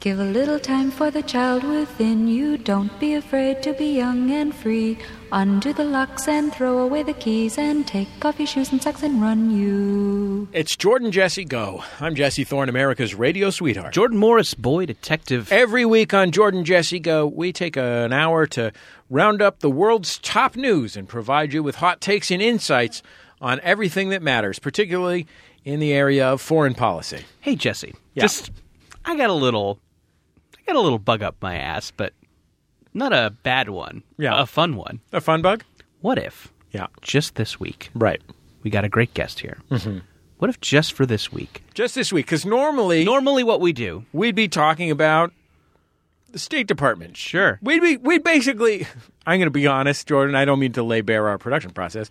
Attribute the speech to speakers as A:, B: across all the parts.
A: Give a little time for the child within you. Don't be afraid to be young and free. Undo the locks and throw away the keys and take off your shoes and socks and run you.
B: It's Jordan Jesse Go. I'm Jesse Thorne, America's radio sweetheart.
C: Jordan Morris, boy detective.
B: Every week on Jordan Jesse Go, we take an hour to round up the world's top news and provide you with hot takes and insights on everything that matters, particularly in the area of foreign policy.
C: Hey Jesse,
B: Yeah.
C: just I got a little, I got a little bug up my ass, but not a bad one.
B: Yeah.
C: a fun one.
B: A fun bug?
C: What if
B: Yeah.
C: just this week
B: Right.
C: we got a great guest here? Mm-hmm. What if just for this week?
B: Just this week, because normally
C: Normally, what we do,
B: we'd be talking about the State Department.
C: Sure.
B: We'd be we'd basically I'm gonna be honest, Jordan, I don't mean to lay bare our production process.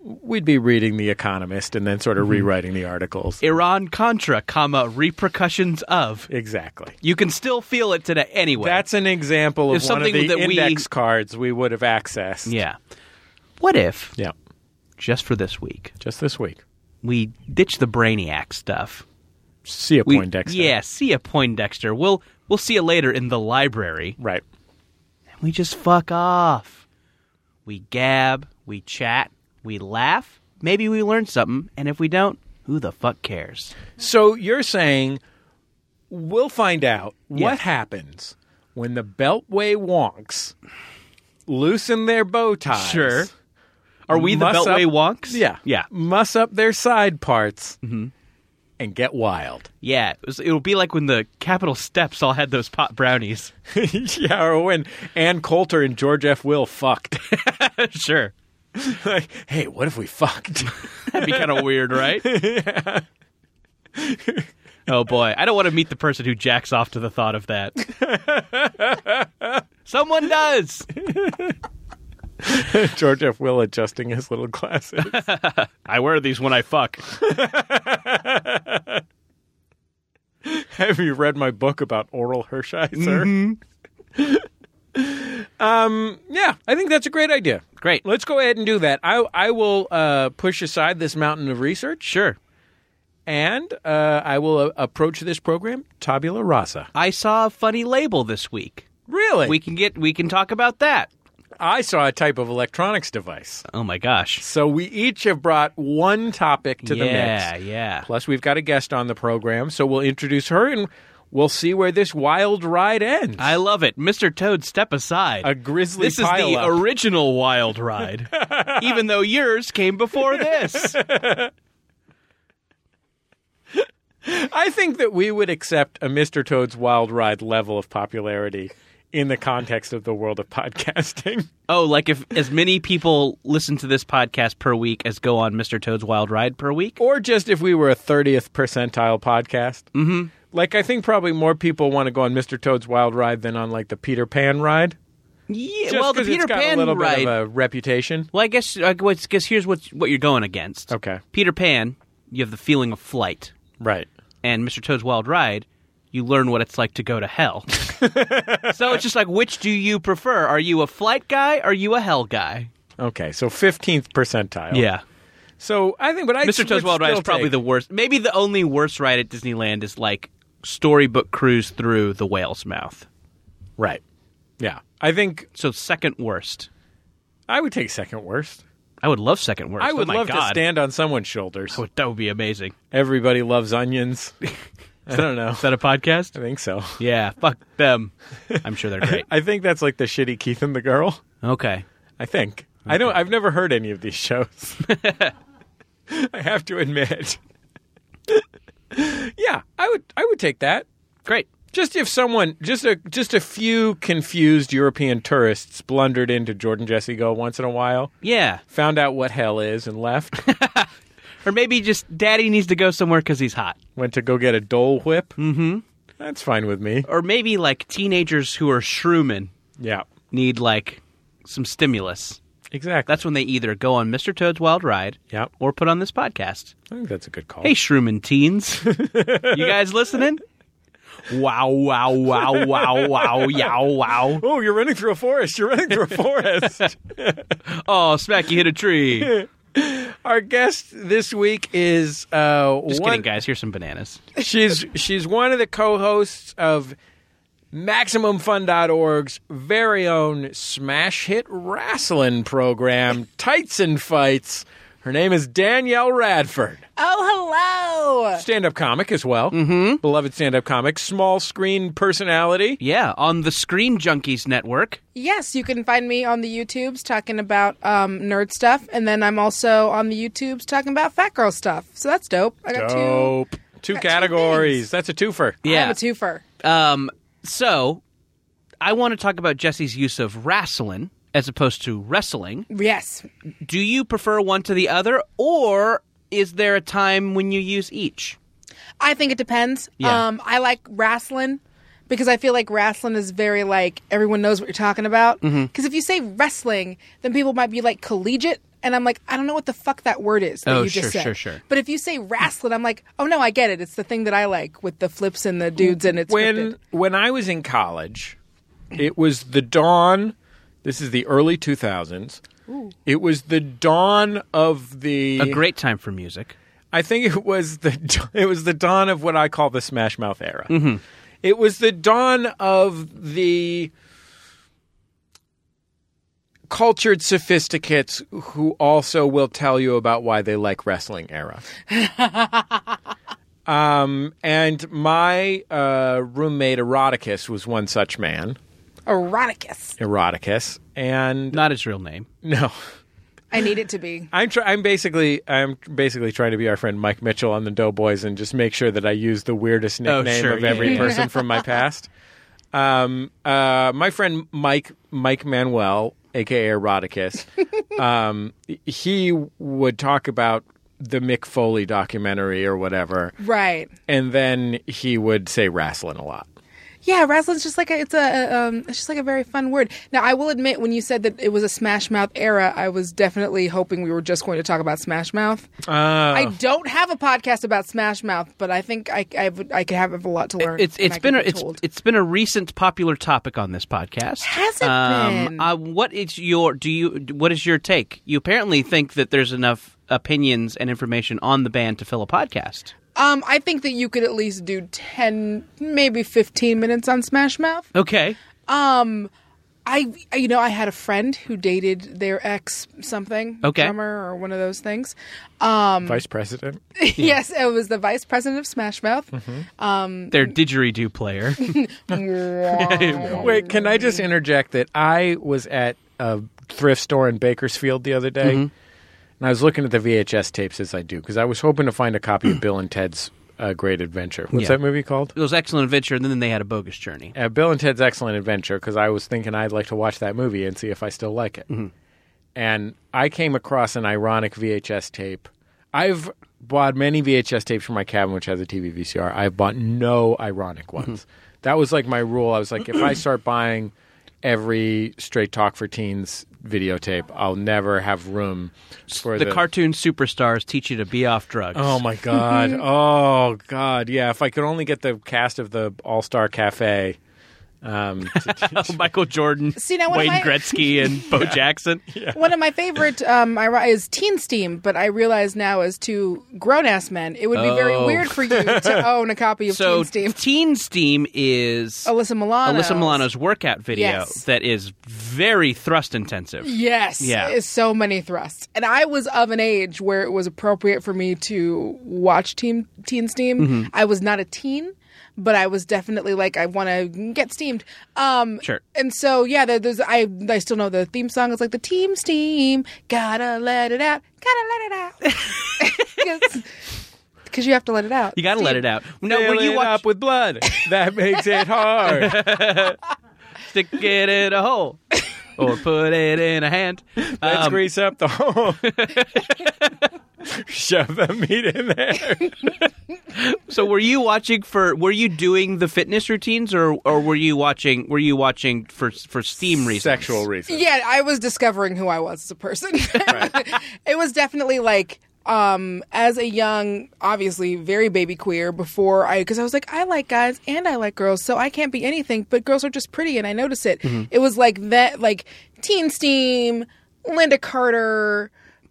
B: We'd be reading The Economist and then sort
C: Mm-hmm.
B: of rewriting the articles.
C: Iran Contra, comma repercussions of.
B: exactly.
C: You can still feel it today, anyway.
B: That's an example of
C: There's
B: one of the
C: something that we-
B: index cards we would have accessed.
C: yeah. What if
B: Yeah.
C: just for this week
B: Just this week.
C: we ditch the brainiac stuff?
B: See a
C: We,
B: Poindexter.
C: Yeah, see a Poindexter. We'll we'll see you later in the library.
B: Right.
C: We just fuck off. We gab, we chat, we laugh. Maybe we learn something, and if we don't, who the fuck cares?
B: So you're saying we'll find out
C: Yeah.
B: what happens when the Beltway wonks loosen their bow ties.
C: Sure. Are we the
B: Muss
C: Beltway
B: up-
C: wonks?
B: Yeah.
C: yeah, Mm-hmm.
B: Muss up their side parts and get wild.
C: yeah. It was, it'll be like when the Capitol steps all had those pot brownies.
B: yeah, or when Ann Coulter and George F. Will fucked.
C: sure,
B: like, hey, what if we fucked?
C: that'd be kind of weird, right? oh boy, I don't want to meet the person who jacks off to the thought of that. Someone does.
B: George F. Will adjusting his little glasses.
C: I wear these when I fuck.
B: Have you read my book about oral Hershiser?
C: Mm-hmm.
B: um, yeah, I think that's a great idea.
C: Great.
B: Let's go ahead and do that. I I will uh, push aside this mountain of research,
C: Sure.
B: and uh, I will uh, approach this program tabula rasa.
C: I saw a funny label this week.
B: Really,
C: We can get we can talk about that.
B: I saw a type of electronics device.
C: Oh my gosh.
B: So we each have brought one topic to the
C: yeah,
B: mix.
C: yeah.
B: Plus, we've got a guest on the program, so we'll introduce her and we'll see where this wild ride ends.
C: I love it. Mr. Toad, step aside.
B: a grizzly
C: this is the
B: pileup.
C: original wild ride. Even though yours came before this.
B: I think that we would accept a Mr. Toad's Wild Ride level of popularity in the context of the world of podcasting.
C: Oh, like if as many people listen to this podcast per week as go on Mr. Toad's Wild Ride per week?
B: Or just if we were a 30th percentile podcast. Mm-hmm. Like, I think probably more people want to go on Mr. Toad's Wild Ride than on, like, the Peter Pan ride.
C: Yeah,
B: Just
C: well, the
B: 'cause
C: Peter
B: it's got
C: Pan
B: a little
C: ride.
B: bit of a reputation.
C: Well, I guess I guess here's what what you're going against.
B: Okay.
C: Peter Pan, you have the feeling of flight.
B: Right.
C: and Mr. Toad's Wild Ride, you learn what it's like to go to hell. so it's just like, which do you prefer? Are you a flight guy? Are you a hell guy?
B: Okay, so 15th percentile.
C: Yeah.
B: So I think, but I
C: Mr. Toad's Wild Ride is probably the worst. Maybe the only worst ride at Disneyland is like storybook cruise through the whale's mouth.
B: Right. Yeah. I think
C: So second worst.
B: I would take second worst.
C: I would love second worst.
B: I
C: Oh
B: would
C: my
B: love
C: God.
B: to stand on someone's shoulders.
C: That would- that would be amazing.
B: Everybody loves onions. I don't know.
C: Is that a
B: I
C: podcast?
B: think so.
C: Yeah, fuck them. I'm sure they're great.
B: I think that's like the shitty Keith and the girl.
C: Okay.
B: I think. I don't I've never heard any of these shows. I have to admit. yeah, I would I would take that.
C: Great.
B: Just if someone just a just a few confused European tourists blundered into Jordan Jesse Go once in a while,
C: Yeah.
B: found out what hell is and left,
C: Or maybe just daddy needs to go somewhere because he's hot.
B: went to go get a dole whip. Mm-hmm. That's fine with me.
C: or maybe like teenagers who are shrewmen
B: Yeah.
C: need like some stimulus.
B: Exactly.
C: That's when they either go on Mr. Toad's Wild Ride
B: Yep.
C: or put on this podcast.
B: I think that's a good call.
C: Hey, shrewman teens. you guys listening? Wow, wow, wow, wow, wow, yow, wow.
B: Oh, you're running through a forest. You're running through a forest.
C: Oh, smack, you hit a tree.
B: Our guest this week is uh,
C: Just
B: one,
C: kidding, guys. Here's some bananas.
B: she's she's one of the co-hosts of MaximumFun.org's very own smash hit wrestling program, Tights and Fights. Her name is Danielle Radford.
D: Oh, hello.
B: Stand up comic as well. Mm-hmm. Beloved stand up comic, small screen personality.
C: Yeah, on the Screen Junkies Network.
D: Yes, you can find me on the YouTubes talking about um, nerd stuff, and then I'm also on the YouTubes talking about fat girl stuff. So that's dope. I got
B: Dope. Two
D: got two
B: categories.
D: things.
B: That's a twofer.
D: two. I
C: Yeah.
D: have a twofer.
C: Um, so I want to talk about Jesse's use of wrestling as opposed to wrestling.
D: Yes.
C: Do you prefer one to the other, or is there a time when you use each?
D: I think it depends.
C: Yeah.
D: Um, I like wrestling because I feel like wrestling is very like everyone knows what you're talking about.
C: Mm-hmm.
D: Because if you say wrestling, then people might be like collegiate, and I'm like, I don't know what the fuck that word is that
C: Oh,
D: you just
C: sure,
D: said.
C: sure, sure.
D: But if you say wrestling, I'm like, oh no, I get it. It's the thing that I like with the flips and the dudes, and it's
B: when
D: scripted.
B: when I was in college, it was the dawn. This is the early two thousands. It was the dawn of the.
C: A great time for music.
B: I think it was the it was the dawn of what I call the Smash Mouth era. It was the dawn of the cultured sophisticates who also will tell you about why they like wrestling era. um, and my uh, roommate Eroticus was one such man.
D: eroticus.
B: Eroticus and
C: Not his real name.
B: no.
D: I need it to be.
B: I'm try- I'm basically I'm basically trying to be our friend Mike Mitchell on the Doughboys and just make sure that I use the weirdest
C: Oh,
B: nickname
C: sure.
B: of every
C: Yeah, yeah.
B: person from my past. Um, uh, my friend Mike Mike Manuel, aka Eroticus, um, he would talk about the Mick Foley documentary or whatever,
D: Right.
B: and then he would say wrestling a lot.
D: Yeah, wrestling's just like a, it's a um, it's just like a very fun word. Now, I will admit, when you said that it was a Smash Mouth era, I was definitely hoping we were just going to talk about Smash Mouth.
C: Ah.
D: I don't have a podcast about Smash Mouth, but I think I I, would, I could have a lot to learn.
C: It's
D: and
C: it's
D: I
C: been a,
D: could be
C: it's
D: told.
C: it's been a recent popular topic on this podcast.
D: Has it been?
C: uh, what is your do you what is your take? You apparently think that there's enough opinions and information on the band to fill a podcast.
D: um, I think that you could at least do ten, maybe fifteen minutes on Smash Mouth.
C: Okay.
D: I, I- you know, I had a friend who dated their ex something
C: Okay.
D: drummer or one of those things. Um,
B: Vice President,
D: yes, it was the vice president of Smash Mouth.
C: Their didgeridoo player.
B: Wait, can I just interject that I was at a thrift store in Bakersfield the other day, and I was looking at the VHS tapes as I do because I was hoping to find a copy of Bill and Ted's uh, Great Adventure. What's
C: Yeah.
B: that movie called?
C: it was excellent adventure, and then they had a bogus journey.
B: Uh, Bill and Ted's Excellent Adventure because I was thinking I'd like to watch that movie and see if I still like it. And I came across an ironic VHS tape. I've bought many VHS tapes from my cabin, which has a TV VCR. I've bought no ironic ones. That was like my rule. I was like, if I start buying every Straight Talk for Teens videotape, I'll never have room for
C: The cartoon superstars teach you to be off drugs.
B: Oh my god! oh god! Yeah, if I could only get the cast of the All Star Cafe. Um, to-
C: Michael Jordan,
D: See, now one of
C: Wayne
D: my-
C: Gretzky, and Bo Jackson.
D: One of my favorite um, I- is Teen Steam, but I realize now as two grown ass men, it would be very
C: Oh.
D: weird for you to own a copy of
C: So,
D: Teen Steam.
C: Teen Steam is
D: Alyssa Milano.
C: Alyssa Milano's workout video
D: Yes.
C: that is very thrust intensive.
D: Yes.
C: Yeah.
D: Is so many thrusts. And I was of an age where it was appropriate for me to watch Teen, teen Steam.
C: Mm-hmm.
D: I was not a teen, but I was definitely like, I want to get steamed. Um,
C: Sure.
D: And so, yeah, there, there's I I still know the theme song is like the team steam, gotta let it out, gotta let it out, because you have to let it out.
C: You got to let it out. No,
B: Fill
C: when you
B: it
C: watch
B: up with blood, that makes it hard.
C: stick it in a hole or put it in a hand.
B: Let's
C: Um,
B: grease up the hole. Shove the meat in there.
C: so were you watching for were you doing the fitness routines or or were you watching were you watching for for steam reasons?
B: Sexual reasons.
D: Yeah, I was discovering who I was as a person. it was definitely like um as a young obviously very baby queer before I cuz I was like I like guys and I like girls so I can't be anything but girls are just pretty and I notice it. It was like that like Teen Steam, Linda Carter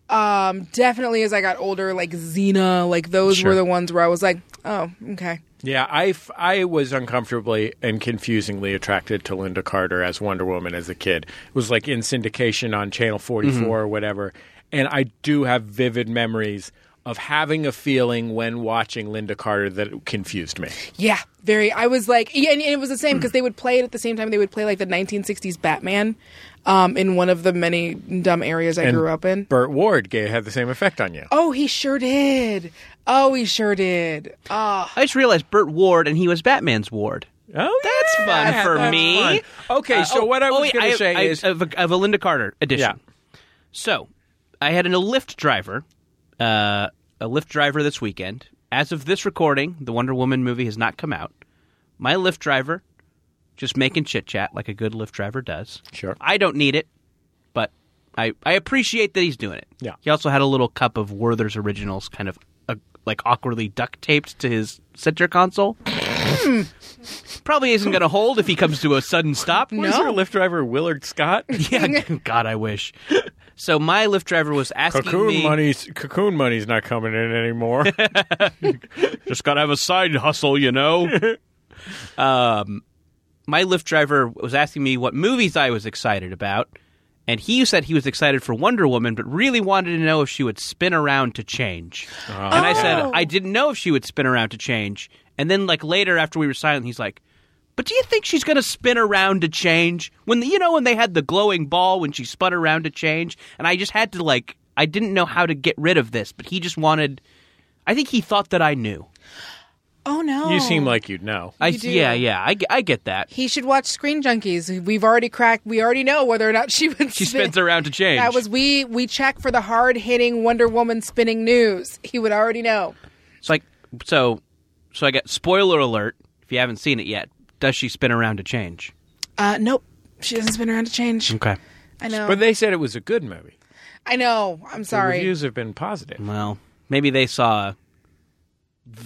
D: um definitely as I got older like Xena like those
C: Sure.
D: were the ones where I was like Oh, okay.
B: Yeah, I, f- I was uncomfortably and confusingly attracted to Linda Carter as Wonder Woman as a kid. It was like in syndication on Channel 44
C: Mm-hmm.
B: or whatever. And I do have vivid memories of having a feeling when watching Linda Carter that it confused me.
D: Yeah, very. I was like, yeah, and, and it was the same because they would play it at the same time. They would play like the 1960s Batman um, in one of the many dumb areas I
B: And
D: grew up in.
B: Burt Ward ga- had the same effect on you.
D: Oh, he sure did. Oh, he sure did. Oh,
C: I just realized Burt Ward, and he was Batman's ward.
B: Oh,
C: That's fun
B: yeah,
C: for
B: that's
C: me.
B: fun. Okay,
C: Uh,
B: so
C: oh,
B: what I
C: oh,
B: was
C: wait,
B: going to say
C: I,
B: is
C: of a, of a Linda Carter edition.
B: Yeah.
C: So I had an, a Lyft driver, uh, a Lyft driver this weekend. As of this recording, the Wonder Woman movie has not come out. My Lyft driver, just making chit chat like a good Lyft driver does.
B: Sure.
C: I don't need it, but I I appreciate that he's doing it.
B: Yeah.
C: He also had a little cup of Werther's Originals, kind of uh, like awkwardly duct taped to his center console. Hmm. Probably isn't going to hold if he comes to a sudden stop.
B: was there a Lyft driver Willard Scott?
C: Yeah, God, I wish. So my Lyft driver was asking
B: Cocoon
C: me.
B: money's cocoon money's not coming in anymore.
C: Just gotta have a side hustle, you know. um, my Lyft driver was asking me what movies I was excited about, and he said he was excited for Wonder Woman, but really wanted to know if she would spin around to change. And I said
D: Oh.
C: I didn't know if she would spin around to change. And then, like later after we were silent, he's like. But do you think she's going to spin around to change? When the, you know when they had the glowing ball when she spun around to change, and I just had to like I didn't know how to get rid of this, but he just wanted. I think he thought that I knew.
D: oh no.
B: you seem like you'd know.
C: I
D: You do.
C: yeah yeah I, ge- I get that.
D: he should watch Screen Junkies. We've already cracked. We already know whether or not she would.
C: She spins around to change.
D: That was we. We check for the hard hitting Wonder Woman spinning news. He would already know.
C: so I so so I got spoiler alert if you haven't seen it yet. Does she spin around to change?
D: Uh, nope. She doesn't spin around to change.
C: Okay.
D: I know.
B: Mm. But they said it was a good movie.
D: I know. I'm sorry.
B: The reviews have been positive.
C: Well, maybe they saw a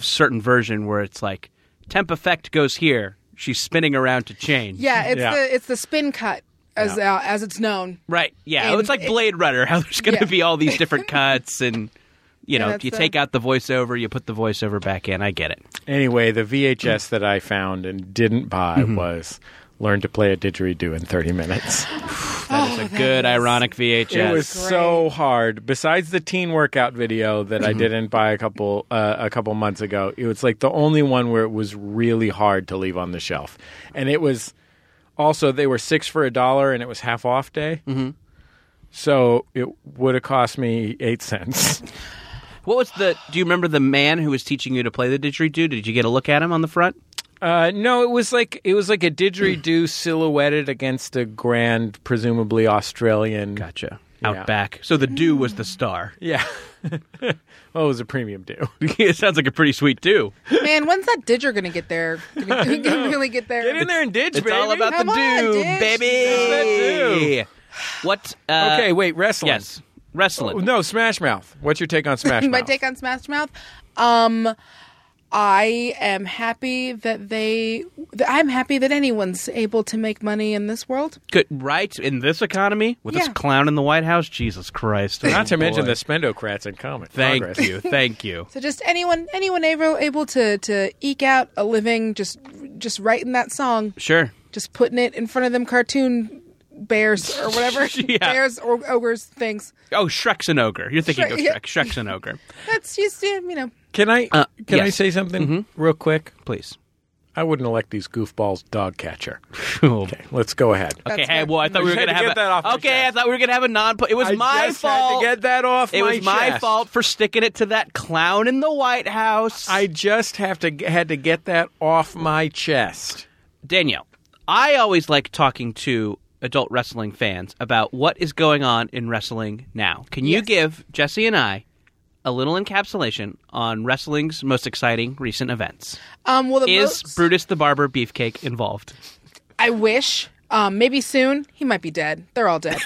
C: certain version where it's like temp effect goes here. She's spinning around to change.
D: Yeah, it's
B: Yeah.
D: the it's the spin cut as uh, as it's known.
C: Right. Yeah.
D: And
C: it's like
D: it-
C: Blade Runner. How there's going to
D: Yeah.
C: be all these different cuts and. You know,
D: that's
C: you
D: the-
C: take out the voiceover, you put the voiceover back in. I get it.
B: Anyway, the VHS that I found and didn't buy was Learn to Play a Didgeridoo in 30 Minutes.
D: Oh,
C: That is a good ironic VHS.
B: It was so hard. Besides the teen workout video that
C: Mm-hmm.
B: I didn't buy a couple uh, a couple months ago, it was like the only one where it was really hard to leave on the shelf. And it was also they were six for a dollar, and it was half off day. Mm-hmm. So it would have cost me eight cents.
C: What was the? Do you remember the man who was teaching you to play the didgeridoo? Did you get a look at him on the front?
B: Uh, no, it was like it was like a didgeridoo silhouetted against a grand, presumably Australian.
C: Gotcha.
B: Yeah.
C: Out back. So the do was the star.
B: Yeah. well, it was a premium do.
C: it sounds like a pretty sweet do.
D: Man, when's that Didger gonna get there? Gonna, gonna really get there?
B: Get in there and didge,
C: It's all
B: baby.
C: about
D: Come
C: the do,
D: on, Dish.
C: baby.
B: It's
C: What? Uh,
B: Okay, wait, wrestling.
C: Yes, wrestling.
B: No, Smash Mouth. What's your take on Smash Mouth?
D: My take on Smash Mouth. Um, I am happy that they. That I'm happy that anyone's able to make money in this world.
C: Good, right in this economy with this
D: Yeah.
C: clown in the White House. Jesus Christ!
B: Not
C: Oh,
B: to mention the
C: boy.
B: Spendocrats in comic.
C: Thank
B: Congress.
C: you, thank you.
D: So just anyone, anyone able able to to eke out a living, just just writing that song,
C: Sure.
D: just putting it in front of them cartoon bears or whatever
C: Yeah.
D: bears or ogres things.
C: Oh, Shrek's an ogre. You're thinking
D: Shrek,
C: of
D: yeah.
C: Shrek. Shrek's an ogre.
D: That's just yeah, you know.
B: Can I
C: Uh,
B: can I
C: yes. Mm-hmm.
B: say something real quick?
C: Please.
B: I wouldn't elect these goofballs dog catcher.
C: Okay.
B: Let's go ahead.
C: Okay,
D: That's
C: hey,
D: good.
C: well, I thought we were
B: just had
C: going to
B: to
C: have
B: get
C: a,
B: that off my
C: Okay,
B: chest.
C: I thought we were going to have a non. It was
B: I
C: my
B: just had
C: fault.
B: to get that off.
C: it
B: my
C: was my
B: chest.
C: fault for sticking it to that clown in the White House.
B: I just have to had to get that off my chest.
C: Danielle, I always like talking to adult wrestling fans about what is going on in wrestling now. Can you give Jesse and I a little encapsulation on wrestling's most exciting recent events?
D: Um, well, the
C: Is
D: most-
C: Brutus the Barber Beefcake involved?
D: I wish. Um, maybe soon. He might be dead. They're all dead.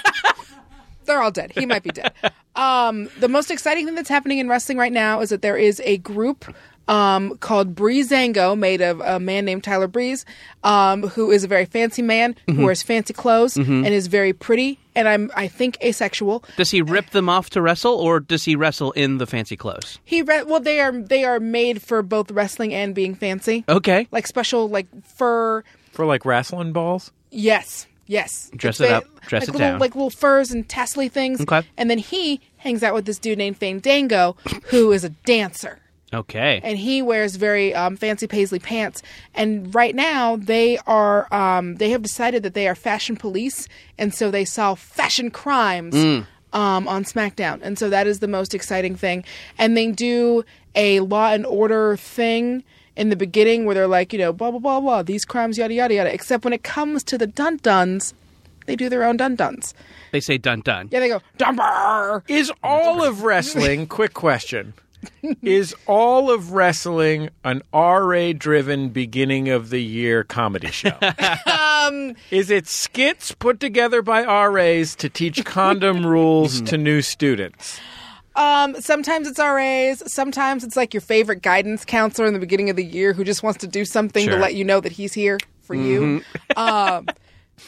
D: They're all dead. He might be dead. Um, the most exciting thing that's happening in wrestling right now is that there is a group um, called Breezango, made of a man named Tyler Breeze, um, who is a very fancy man who wears fancy clothes and is very pretty and I'm I think asexual.
C: Does he rip them off to wrestle, or does he wrestle in the fancy clothes?
D: He re- well they are they are made for both wrestling and being fancy.
C: Okay.
D: Like special like fur
B: For like wrestling balls?
D: Yes, yes.
C: Dress
D: Like
C: it
D: fa-
C: up, dress
D: like
C: it
D: little,
C: down.
D: Like little furs and tassely things.
C: Okay.
D: And then he hangs out with this dude named Fandango, who is a dancer.
C: Okay.
D: And he wears very um, fancy paisley pants. And right now, they are um, they have decided that they are fashion police, and so they solve fashion crimes um, on SmackDown. And so that is the most exciting thing. And they do a Law and Order thing in the beginning where they're like, you know, blah blah blah blah, these crimes, yada yada yada. Except when it comes to the dun duns, they do their own dun duns.
C: they say dun dun.
D: Yeah, they go dumber.
B: Is all of wrestling, quick question, is all of wrestling an RA driven beginning of the year comedy show?
D: Um,
B: is it skits put together by RAs to teach condom rules
D: Mm-hmm.
B: to new students?
D: Um, sometimes it's RAs. Sometimes it's like your favorite guidance counselor in the beginning of the year who just wants to do something
C: Sure. Mm-hmm.
D: to let you know that he's here for you. um,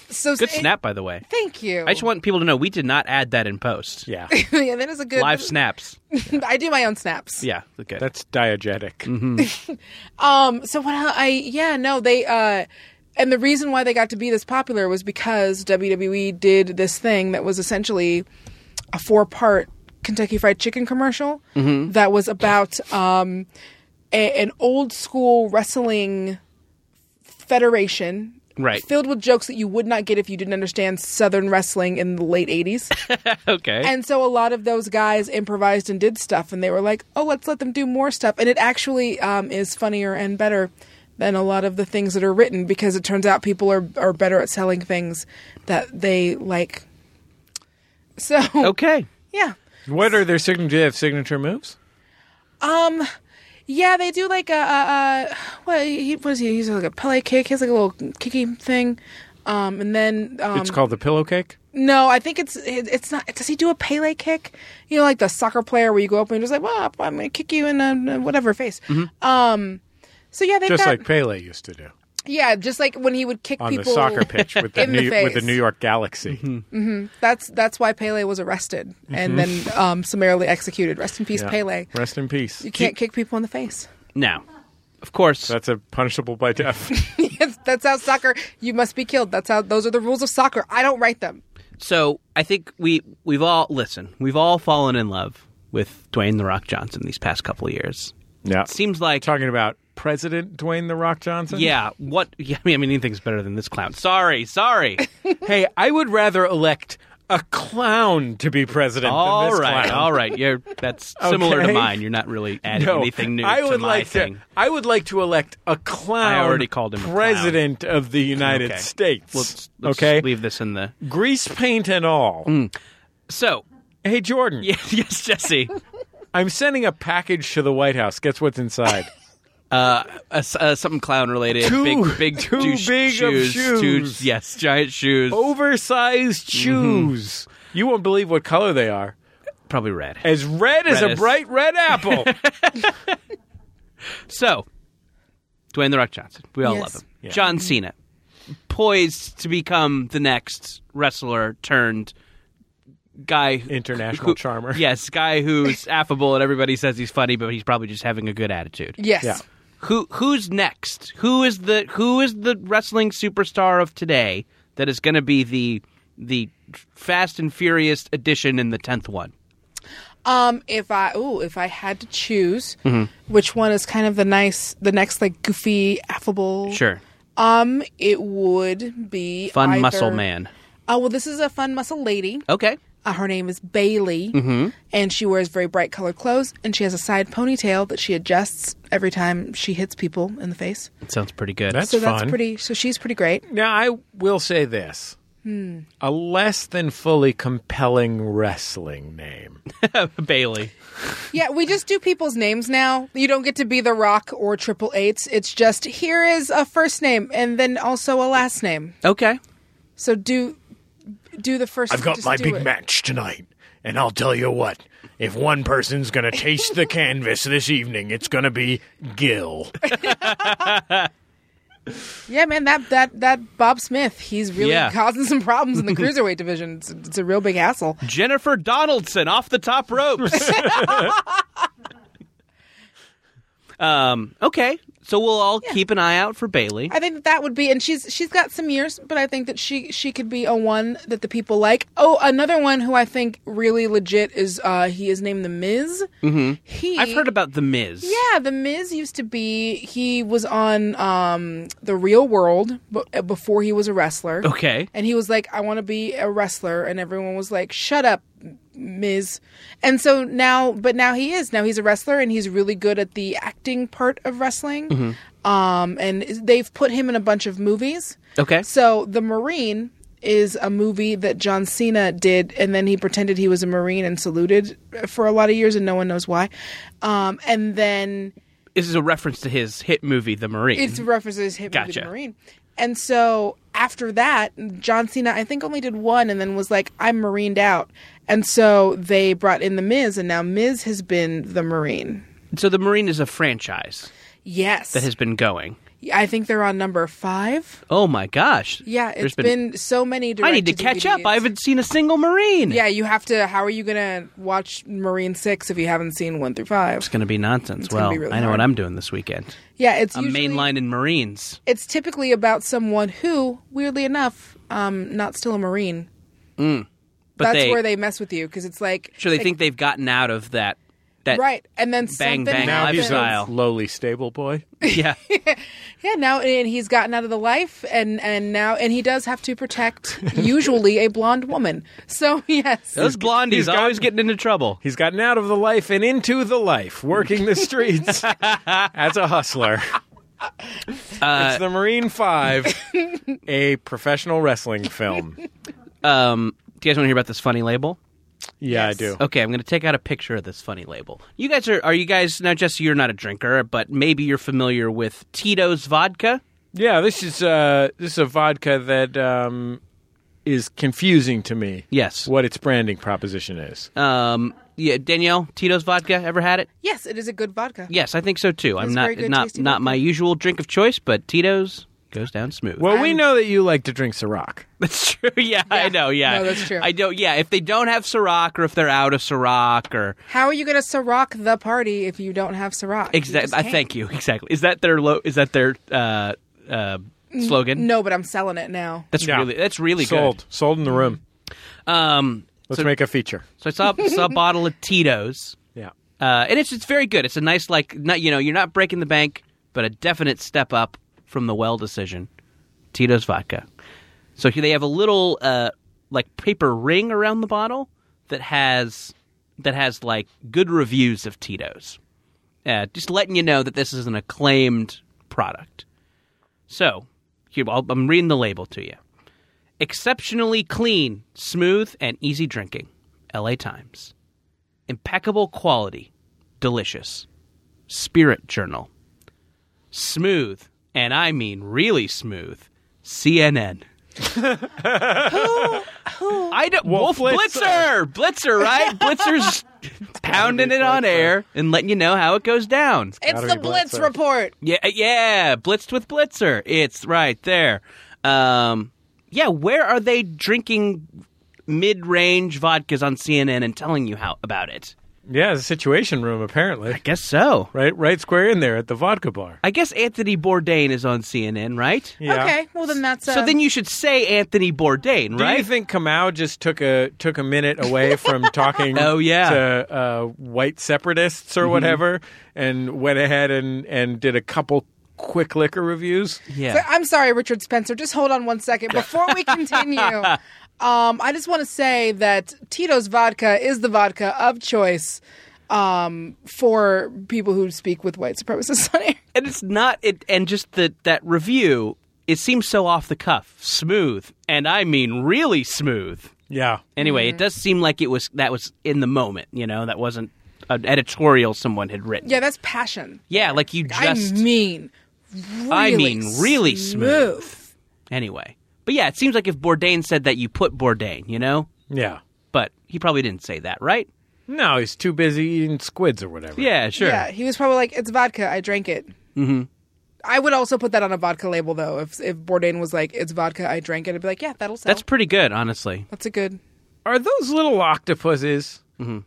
D: so
C: Good
D: it-
C: snap, by the way.
D: Thank you.
C: I just want people to know we did not add that in post.
B: Yeah.
D: yeah, that is a good
C: Live snaps.
D: I do my own snaps.
C: Yeah. Okay.
B: That's diegetic.
D: Mm-hmm. Um, so when I, I yeah, no, they uh and the reason why they got to be this popular was because WWE did this thing that was essentially a four-part Kentucky Fried Chicken commercial that was about um a- an old school wrestling federation
C: Right.
D: filled with jokes that you would not get if you didn't understand southern wrestling in the late 80s
C: okay.
D: and so a lot of those guys improvised and did stuff, and they were like, "Oh, let's let them do more stuff." And it actually um, is funnier and better than a lot of the things that are written because it turns out people are are better at selling things that they like. So
C: okay.
D: yeah,
B: What are their signature? Do they have signature moves?
D: um, yeah, they do like a, a, a what? He, what is he? He's like a Pele kick. He has like a little kicky thing. Um, and then um,
B: It's called the pillow cake.
D: No, I think it's it, it's not. Does he do a Pele kick? You know, like the soccer player where you go up and you're just like, "Well, I'm gonna kick you in a a whatever face." Um, so yeah, they
B: Mm-hmm. Just
D: got,
B: like Pele used to do
D: yeah, just like when he would kick
B: on
D: people
B: the soccer pitch with the,
D: in the
B: New, with the
D: face. Mm-hmm.
B: New York Galaxy.
D: That's that's why Pele was arrested and then um, summarily executed. Rest in peace,
B: Mm-hmm. Yeah.
D: Pele.
B: Rest in peace.
D: You can't kick people in the face.
C: Now, of course,
B: That's a punishable by death.
D: Yes, that's how soccer. You must be killed. That's how. Those are the rules of soccer. I don't write them.
C: So I think we we've all listen. We've all fallen in love with Dwayne the Rock Johnson these past couple of years.
B: yeah.
C: It seems like
B: Talking about President Dwayne the Rock Johnson.
C: yeah. What? Yeah, I mean, I mean, anything's better than this clown. Sorry, sorry.
B: Hey, I would rather elect a clown to be president than
C: all
B: this
C: right,
B: clown.
C: all right. You're that's similar
B: Okay.
C: to mine. You're not really adding
B: No,
C: anything new.
B: I
C: to
B: would
C: my
B: like
C: thing.
B: to. I would like to elect a clown.
C: I already called him a clown.
B: president of the United
C: Okay.
B: States.
C: Let's, let's
B: okay,
C: leave this in the.
B: grease paint and all.
C: So
B: Hey Jordan,
C: yeah, yes, Jesse.
B: I'm sending a package to the White House. Guess what's inside?
C: Uh, s- uh, something clown related.
B: Too-
C: big, big,
B: too
C: douche
B: big of
C: shoes. Two-
B: shoes. Oh.
C: yes, giant shoes.
B: Oversized
C: Mm-hmm.
B: shoes. You won't believe what color they are.
C: Probably red.
B: As red as a
C: Reddest.
B: bright red apple.
C: So, Dwayne the Rock Johnson, we all
D: Yes.
C: love him. John Cena, poised to become the next wrestler turned guy, who-
B: International
C: who-
B: charmer.
C: Yes, guy who's affable and everybody says he's funny, but he's probably just having a good attitude.
D: Yes.
B: Yeah.
C: Who who's next? Who is the who is the wrestling superstar of today that is going to be the the Fast and Furious edition and the tenth one?
D: Um, if I ooh, if I had to choose,
C: Mm-hmm.
D: which one is kind of the nice, the next like goofy, affable.
C: Sure,
D: Um, it would be
C: fun
D: either-
C: muscle man.
D: Oh well, this is a fun muscle lady.
C: Okay,
D: Uh, her name is Bailey,
C: Mm-hmm.
D: and she wears very bright colored clothes, and she has a side ponytail that she adjusts every time she hits people in the face.
C: that sounds pretty good.
B: That's
D: so that's
B: fun.
D: pretty. So she's pretty great.
B: Now, I will say this
D: Hmm.
B: a less than fully compelling wrestling name.
C: Bailey.
D: Yeah, we just do people's names now. You don't get to be The Rock or Triple Eights. It's just here is a first name and then also a last name.
C: Okay.
D: So do do the first.
B: I've got
D: just
B: my
D: do
B: big
D: it.
B: match tonight, and I'll tell you what. If one person's going to taste the canvas this evening, it's going to be Gil.
D: Yeah, man, that that that Bob Smith, he's really
C: Yeah.
D: causing some problems in the cruiserweight division. It's, it's a real big hassle.
C: Jennifer Donaldson off the top ropes. um, okay, so we'll all keep an eye out for Bailey.
D: I think that, that would be, and she's she's got some years, but I think that she she could be a one that the people like. Oh, another one who I think really legit is uh he is named the Miz. Mm-hmm. He
C: I've heard about the Miz.
D: Yeah, the Miz used to be. He was on um, the Real World b- before he was a wrestler.
C: Okay.
D: and he was like, "I want to be a wrestler," and everyone was like, "Shut up, Miz." And so now, but now he is. Now he's a wrestler, and he's really good at the acting part of wrestling. Um, and they've put him in a bunch of movies.
C: Okay.
D: So the Marine is a movie that John Cena did, and then he pretended he was a Marine and saluted for a lot of years, and no one knows why. Um, and then
C: This is a reference to his hit movie, The Marine.
D: it references him to
C: Gotcha.
D: the Marine. And so after that, John Cena, I think, only did one and then was like, I'm Marined out. And so they brought in The Miz, and now Miz has been the Marine.
C: so The Marine is a franchise
D: Yes.
C: that has been going.
D: I think they're on number five.
C: Oh my gosh.
D: Yeah,
C: There's
D: it's been, so many
C: I need to catch up. I haven't seen a single Marine.
D: Yeah, you have to. How are you going to watch Marine 6 if you haven't seen 1 through 5?
C: It's going to be nonsense.
D: gonna
C: well,
D: be really
C: I know what
D: hard.
C: I'm doing this weekend.
D: Yeah, it's
C: I'm
D: usually-
C: mainlining Marines.
D: It's typically about someone who, weirdly enough, um, not still a Marine.
C: But
D: That's
C: they,
D: where they mess with you because it's like
C: sure they
D: like,
C: think they've gotten out of that that
D: right, and then
C: Eh, Bang,
D: something
C: bang
E: Now
D: happens.
E: he's a
C: Lifestyle.
E: lowly stable boy.
C: Yeah.
D: Yeah, now and he's gotten out of the life, and and now and he does have to protect usually a blonde woman. So yes,
C: Those blondies
E: he's
C: always
E: gotten-
C: getting into trouble.
E: He's gotten out of the life and into the life, working the streets as a hustler.
C: Uh,
E: it's the Marine Five, a professional wrestling film.
C: Um, do you guys want to hear about this funny label?
E: Yeah, I
D: Yes.
E: do.
C: Okay, I'm going to take out a picture of this funny label. You guys are are you guys now Jesse, you're not a drinker, but maybe you're familiar with Tito's vodka?
E: Yeah, this is uh, this is a vodka that um, is confusing to me.
C: Yes.
E: what its branding proposition is.
C: Um, yeah, Danielle, Tito's vodka, ever had it?
D: yes, it is a good vodka.
C: Yes, I think so too. I'm
D: It's
C: not
D: very good,
C: not
D: tasty
C: not
D: vodka.
C: my usual drink of choice, but Tito's goes down smooth.
E: Well, we know that you like to drink Ciroc.
C: That's true. Yeah, I know. Yeah,
D: No, that's true.
C: I don't. Yeah, if they don't have Ciroc or if they're out of Ciroc or
D: How are you going to Ciroc the party if you don't have Ciroc? You just
C: exactly. I
D: can't.
C: thank you. Exactly. Is that their lo- Is that their uh, uh, slogan?
D: No, but I'm selling it now.
C: That's
E: Yeah.
C: really that's really
E: Sold, sold in the room.
C: good. Um,
E: Let's
C: so,
E: make a feature.
C: so I saw saw a bottle of Tito's,
E: Yeah,
C: uh, and it's it's very good. It's a nice like not you know you're not breaking the bank, but a definite step up from the well decision. Tito's vodka. So here they have a little uh, like paper ring around the bottle that has that has like good reviews of Tito's. Uh, just letting you know that this is an acclaimed product. So here I'll, I'm reading the label to you. Exceptionally clean, smooth, and easy drinking. L.A. Times. Impeccable quality. Delicious. Spirit Journal. Smooth, and I mean really smooth. CNN. I don't, Wolf,
E: Wolf
C: Blitzer. Blitzer, right? Blitzer's pounding it on air and letting you know how it goes down.
D: It's
E: Gotta
D: the
E: be
D: Blitz
E: Blitzer.
D: report.
C: Yeah, uh, yeah, Blitzed with Blitzer. It's right there. Um, yeah, where are they drinking mid-range vodkas on CNN and telling you how about it?
E: yeah, it's a situation room apparently.
C: Guess so.
E: Right, right square in there at the vodka bar.
C: I guess Anthony Bourdain is on CNN, right?
E: Yeah.
D: Okay, well then that's
C: So
D: uh,
C: then you should say Anthony Bourdain,
E: Do
C: right?
E: you think Kamau just took a took a minute away from talking
C: Oh, yeah. Mm-hmm.
E: to uh, white separatists or whatever, and went ahead and, and did a couple quick liquor reviews?
C: yeah.
D: So- I'm sorry, Richard Spencer. Just hold on one second before we continue. um, I just want to say that Tito's vodka is the vodka of choice um, for people who speak with white supremacists on air.
C: and it's not it and just the that review it seems so off the cuff, smooth, and I mean really smooth.
E: Yeah,
C: Anyway, it does seem like it was that was in the moment, you know, that wasn't an editorial someone had written.
D: Yeah, that's passion.
C: Yeah, like you just
D: I mean, really
C: I mean, really smooth. anyway. But yeah, it seems like if Bourdain said that you put Bourdain, you know?
E: yeah.
C: But he probably didn't say that, right?
E: No, he's too busy eating squids or whatever.
C: Yeah, sure. Mm-hmm.
D: Yeah, he was probably like, "It's vodka. I drank it." I would also put that on a vodka label though. If if Bourdain was like, "It's vodka, I drank it," I'd be like, "Yeah, that'll sell."
C: That's pretty good, honestly.
D: That's a good.
E: Are those little octopuses
C: Mm-hmm.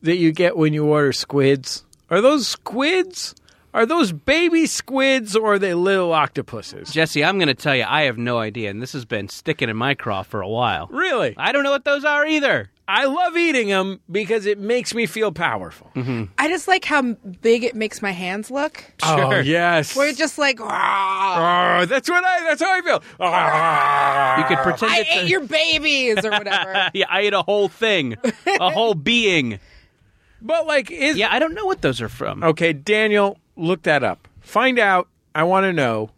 E: that you get when you order squids? Are those squids? Are those baby squids or are they little octopuses?
C: Jesse, I'm going to tell you, I have no idea, and this has been sticking in my craw for a while.
E: Really?
C: I don't know what those are either.
E: I love eating them because it makes me feel powerful.
C: Mm-hmm.
D: I just like how big it makes my hands look.
E: Oh, yes.
D: We're just like, "Ah,
E: Ah, that's what I. That's how I feel. Ah.
C: You could pretend
D: I
C: it's
D: ate
C: a-
D: your babies or whatever.
C: yeah, I ate a whole thing, a whole being.
E: But like, is
C: Yeah, I don't know what those are from.
D: Oh.
E: okay, Daniel, look that up. Find out. I want to know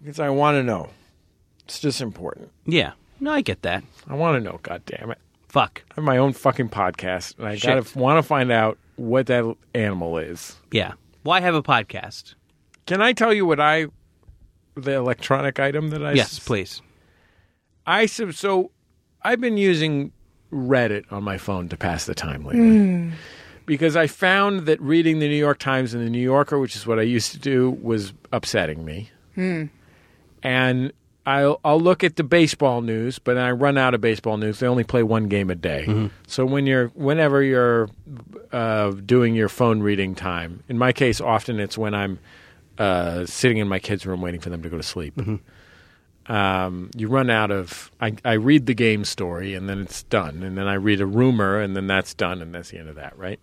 E: because I want to know. It's just important.
C: Yeah, no, I get that.
E: I want to know. God damn it!
C: Fuck.
E: I have my own fucking podcast, and I
C: Shit.
E: gotta want to find out what that animal is.
C: Yeah. Why have a podcast?
E: Can I tell you what I? The electronic item that I
C: Yes,
E: s-
C: please.
E: I sub so I've been using Reddit on my phone to pass the time lately. Because I found that reading the New York Times and the New Yorker, which is what I used to do, was upsetting me. And I'll, I'll look at the baseball news, but I run out of baseball news. They only play one game a day. So when you're, whenever you're uh, doing your phone reading time, in my case, often it's when I'm uh, sitting in my kids' room waiting for them to go to sleep um, you run out of I, I read the game story and then it's done and then i read a rumor and then that's done and that's the end of that right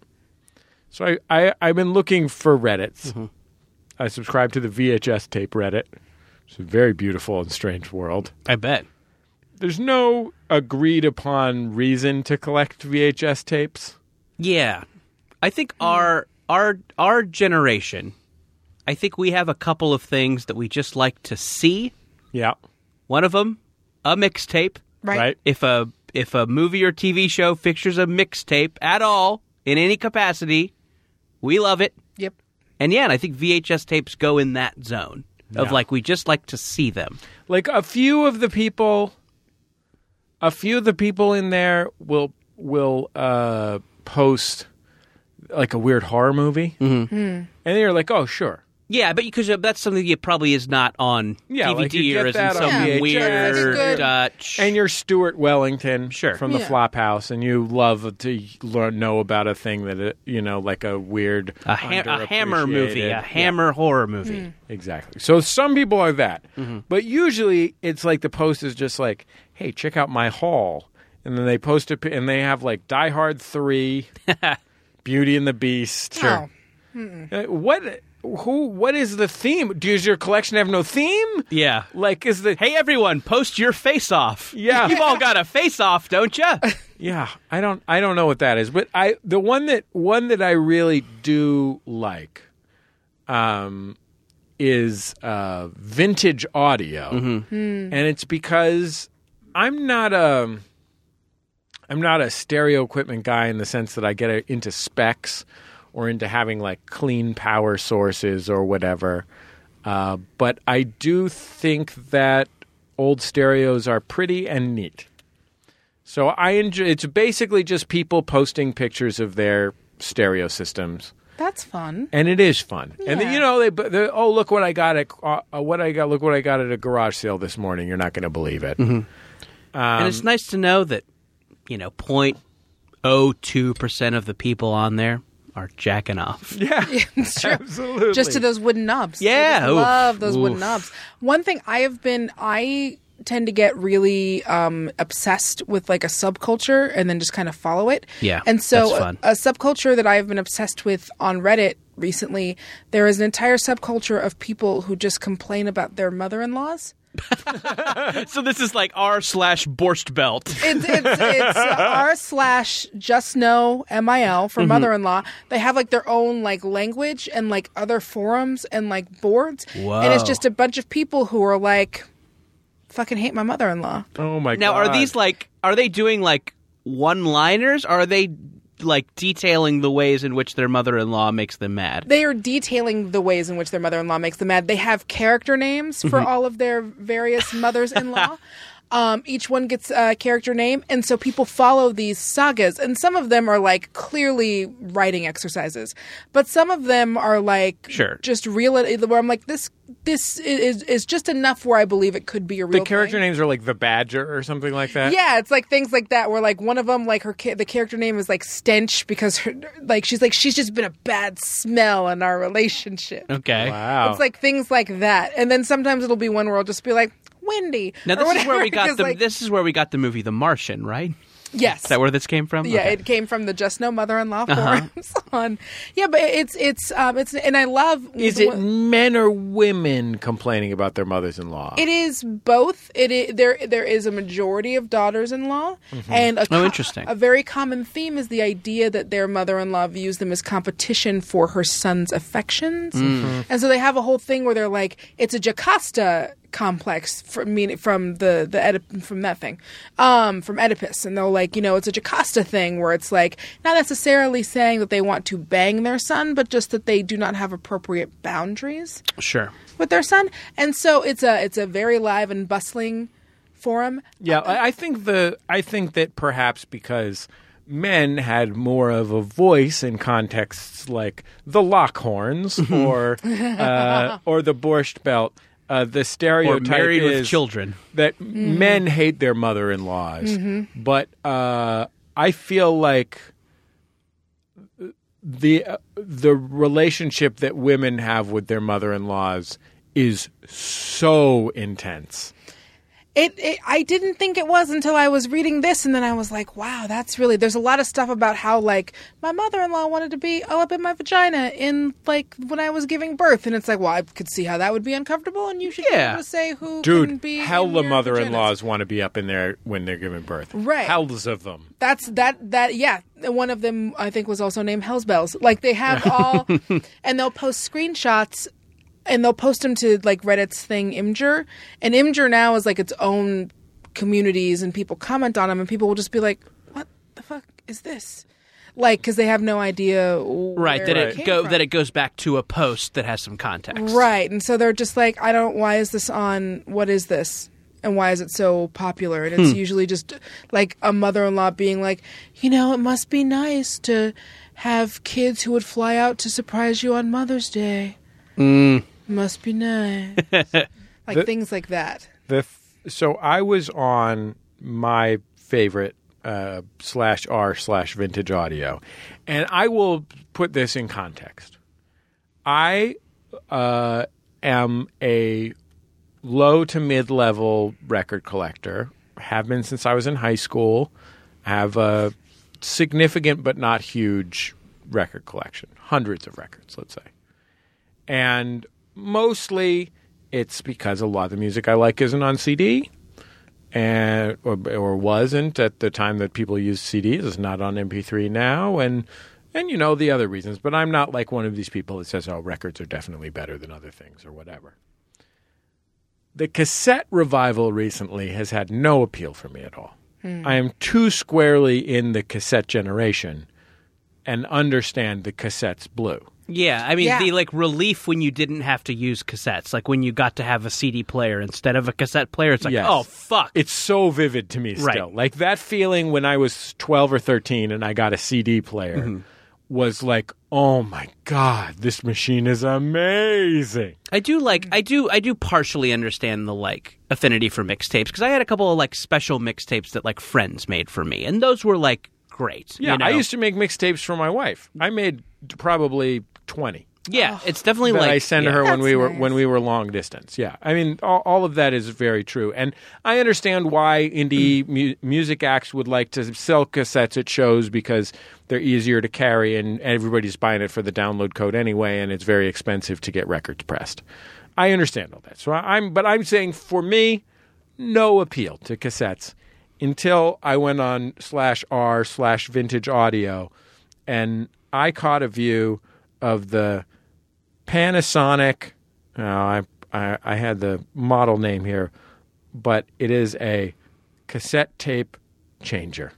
E: so i, I i've been looking for reddits i subscribe to the vhs tape reddit it's a very beautiful and strange world
C: I bet.
E: there's no agreed upon reason to collect vhs tapes
C: Yeah. I think
D: Hmm.
C: our our our generation I think we have a couple of things that we just like to see.
E: yeah
C: One of them, a mixtape.
D: Right?
E: Right.
C: If a if a movie or TV show features a mixtape at all in any capacity, we love it.
D: Yep.
C: And yeah, and I think VHS tapes go in that zone of
E: Yeah.
C: like we just like to see them.
E: like a few of the people a few of the people in there will will uh post like a weird horror movie mm-hmm. and you're like oh sure
C: Yeah, but because uh, that's something that probably is not on
E: Yeah,
C: DVD
E: like you
C: or
E: get
C: is in
E: that
C: some
E: on VHS.
D: It's
C: weird
D: good.
C: Dutch.
E: and you're Stuart Wellington
C: Sure.
E: from the
D: Yeah.
E: Flophouse and you love to learn know about a thing that it, you know like a weird
C: a, ha- a hammer
E: underappreciated-
C: movie, a
E: Yeah,
C: hammer horror movie.
E: exactly so some people are that but usually it's like the post is just like hey check out my haul and then they post it and they have like Die Hard 3 Beauty and the Beast
D: Sure.
E: Uh, what who what is the theme does your collection have no theme
C: Yeah.
E: like is the
C: Hey everyone, post your face off.
E: Yeah.
C: You've all got a face off, don't you?
E: Yeah, I don't I don't know what that is, but I the one that one that I really do like um is uh vintage audio. And it's because I'm not a I'm not a stereo equipment guy in the sense that I get into specs or into having like clean power sources or whatever. Uh, but I do think that old stereos are pretty and neat. So I enjoy. It's basically just people posting pictures of their stereo systems,
D: That's fun.
E: and it is fun. And
D: Yeah.
E: you know, they, but they oh look what I got at uh, uh, what I got. Look what I got at a garage sale this morning. You're not going to believe it.
C: and it's nice to know that, you know, 0.02% of the people on there are jacking off.
E: Yeah,
D: It's true.
E: absolutely.
D: Just to those wooden knobs. I
C: Yeah,
D: just
C: oof,
D: love those wooden
C: oof.
D: knobs. One thing I have been, I tend to get really um, obsessed with like a subculture and then just kind of follow it.
C: Yeah,
D: And so
C: that's
D: a,
C: fun.
D: a subculture that I've been obsessed with on Reddit recently, there is an entire subculture of people who just complain about their mother-in-laws.
C: So this is like r slash borscht belt.
D: it's it's, it's uh, r slash just know mil for mother-in-law they have like their own like language and like other forums and like boards and it's
C: Whoa.
D: just a bunch of people who are like fucking hate my mother-in-law
E: oh my
C: Now,
E: god!
C: are these like are they doing like one liners? Are they like detailing the ways in which their mother in law makes them mad?
D: they are detailing the ways in which
E: Mm-hmm.
D: their mother-in-law makes them mad they have character names for all of their various mothers-in-law Um, each one gets a character name, and so people follow these sagas. And some of them are like clearly writing exercises, but some of them are like
C: Sure.
D: just real. uh, Where I'm like this, this is is just enough where I believe it could be a real
E: The character
D: thing.
E: names are like the Badger or something like that.
D: Yeah, it's like things like that where like one of them like her ca- the character name is like Stench because her like she's like she's just been a bad smell in our relationship.
E: Uh-huh.
C: Okay.
E: Wow.
D: It's like things like that. And then sometimes it'll be one where I'll just be like Wendy.
C: Now
D: or
C: this is where
D: whatever,
C: we got
D: 'cause,
C: the
D: like-
C: this is where we got the movie The Martian, right? Is
D: Yes.
C: that where this came from?
D: Yeah,
C: Okay. Uh-huh.
D: it came from the Just No Mother-in-Law forums on. Yeah, but it's it's um it's and I love
E: Is
D: the
E: it
D: one-
E: men or women complaining about their mothers-in-law?
D: It is both. It is, there there is a majority of daughters-in-law, and a
C: Oh, interesting.
D: A very common theme is the idea that their mother-in-law views them as competition for her son's affections,
C: Mm-hmm.
D: and so they have a whole thing where they're like, it's a Jocasta complex from meaning from the the Oedip- from that thing um from Oedipus and they'll like you know it's a Jocasta thing where it's like not necessarily saying that they want to bang their son but just that they do not have appropriate boundaries
C: Sure.
D: with their son, and so it's a it's a very live and bustling forum.
E: Yeah, I I think the I think that perhaps because men had more of a voice in contexts like the Lockhorns or uh, or the Borscht Belt, uh, the
C: Or
E: stereotype
C: married
E: is
C: with children.
E: that men hate their mother-in-laws. But uh, I feel like the uh, the relationship that women have with their mother-in-laws is so intense.
D: It, it I didn't think it was until I was reading this, and then I was like, wow, that's really there's a lot of stuff about how like my mother-in-law wanted to be all up in my vagina in like when I was giving birth, and it's like, well, I could see how that would be uncomfortable, and you should be
C: Yeah.
D: able to say who can
E: Dude,
D: be in
E: hella
D: your vaginas.
E: mother-in-laws want to be up in there when they're giving birth.
D: Right.
E: Hells of them.
D: That's that that yeah. One of them I think was also named Hell's Bells. Like they have all, and they'll post screenshots, and they'll post them to like Reddit's thing Imgur, and Imgur now is like its own communities, and people comment on them, and people will just be like, "What the fuck is this?" Like because they have no idea
C: Right.
D: where
C: That
D: came
C: it go
D: from.
C: that it goes back to a post that has some context.
D: right, and so they're just like, "I don't. Why is this on? What is this?" And why is it so popular? And it's usually just like a mother in law being like, you know, it must be nice to have kids who would fly out to surprise you on Mother's Day. Must be nice. like things like that.
E: The f- so I was on my favorite uh, slash R slash vintage audio, and I will put this in context. I uh, am a low to mid level record collector. Have been since I was in high school. Have a significant but not huge record collection, hundreds of records, let's say. And mostly it's because a lot of the music I like isn't on CD and or, or wasn't at the time that people used CDs. It's not on MP3 now, and and you know the other reasons. But I'm not like one of these people that says, "Oh, records are definitely better than other things" or whatever. The cassette revival recently has had no appeal for me at all. I am too squarely in the cassette generation and understand the cassette's blue.
C: Yeah. I mean
D: Yeah.
C: the like relief when you didn't have to use cassettes, like when you got to have a CD player instead of a cassette player. It's like,
E: Yes.
C: oh fuck.
E: It's so vivid to me still.
C: Right.
E: Like that feeling when I was 12 or 13 and I got a CD player
C: Mm-hmm.
E: was like, "Oh my god, this machine is amazing."
C: I do like I do I do partially understand the like affinity for mixtapes because I had a couple of like special mixtapes that like friends made for me and those were like great.
E: Yeah,
C: you know?
E: I used to make mixtapes for my wife. I made d- probably 20
C: Yeah,
D: Oh.
C: it's definitely
E: that
C: like
E: I sent
C: yeah.
E: her when
D: That's
E: we were
D: nice.
E: when we were long distance. Yeah. I mean, all, all of that is very true. And I understand why
C: Mm.
E: indie mu- music acts would like to sell cassettes at shows because they're easier to carry and everybody's buying it for the download code anyway and it's very expensive to get records pressed. I understand all that. So I- I'm but I'm saying for me no appeal to cassettes until I went on slash R slash vintage audio and I caught a view of the Panasonic. oh, I, I I had the model name here, but it is a cassette tape changer.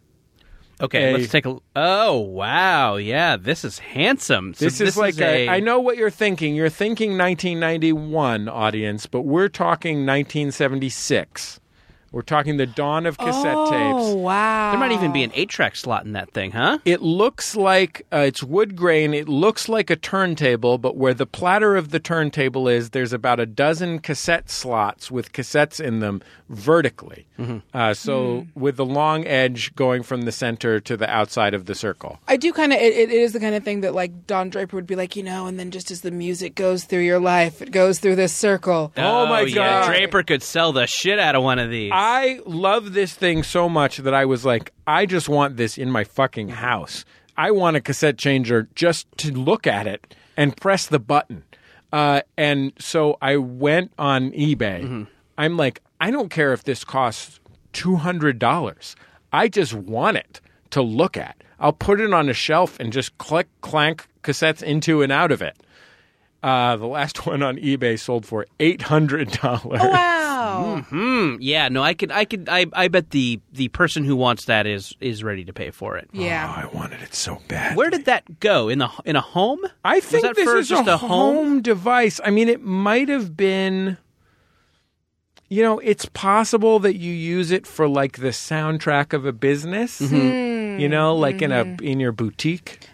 C: Okay,
E: a-
C: let's take a. Oh wow, yeah, this is handsome. So
E: This, is like
C: a.
E: a- I know what you're thinking. You're thinking 1991 audience, but we're talking 1976 We're talking the dawn of cassette tapes.
D: Oh wow!
C: There might even be an eight track slot in that thing, huh?
E: It looks like uh, it's wood grain. It looks like a turntable, but where the platter of the turntable is, there's about a dozen cassette slots with cassettes in them vertically. Uh, so with the long edge going from the center to the outside of the circle.
D: I do kind of. It, it is the kind of thing that like Don Draper would be like, you know, and then just as the music goes through your life, it goes through this circle.
E: Oh, my
C: yeah,
E: God.
C: Draper could sell the shit out of one of these.
E: I love this thing so much that I was like, I just want this in my fucking house. I want a cassette changer just to look at it and press the button. Uh, and so I went on eBay. I'm like, I don't care if this costs $200. I just want it to look at. I'll put it on a shelf and just click, clank cassettes into and out of it. Uh, the last one on eBay sold for $800.
D: Wow!
C: Hmm, yeah, no, I could, I could, I, I bet the the person who wants that is is ready to pay for it.
E: Oh,
D: Yeah.
E: I wanted it so bad.
C: Where did that go in the in a home?
E: I
C: was
E: think
C: that
E: this
C: for
E: is
C: just
E: a home? device. I mean, it might have been. You know, it's possible that you use it for like the soundtrack of a business.
C: Mm-hmm.
E: You know, like in a in your boutique.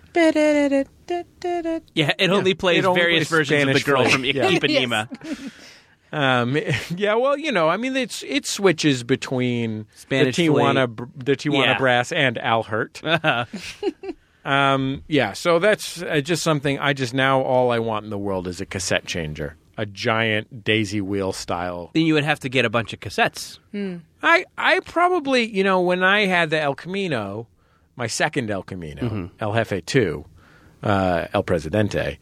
C: Yeah, it only plays
E: it only
C: various
E: plays
C: versions
E: Spanish
C: of the girl
E: flavor.
C: from
E: Yeah.
C: Ipanema.
E: Um, yeah, well, you know, I mean, it's it switches between
C: Spanish
E: the Tijuana, br- the Tijuana
C: Yeah. Uh-huh.
E: brass, and Al Hurt. um, yeah, so that's uh, just something. I just now all I want in the world is a cassette changer, a giant daisy wheel style
C: Then you would have to get a bunch of cassettes.
E: I I probably you know when I had the El Camino, my second El Camino, El Jefe two, uh, El Presidente.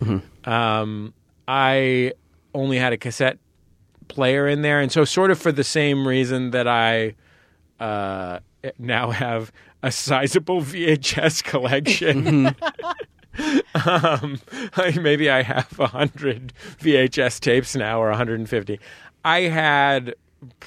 E: Um, I only had a cassette player in there, and so sort of for the same reason that I uh, now have a sizable VHS collection. um, I- maybe I have 100 VHS tapes now or 150. I had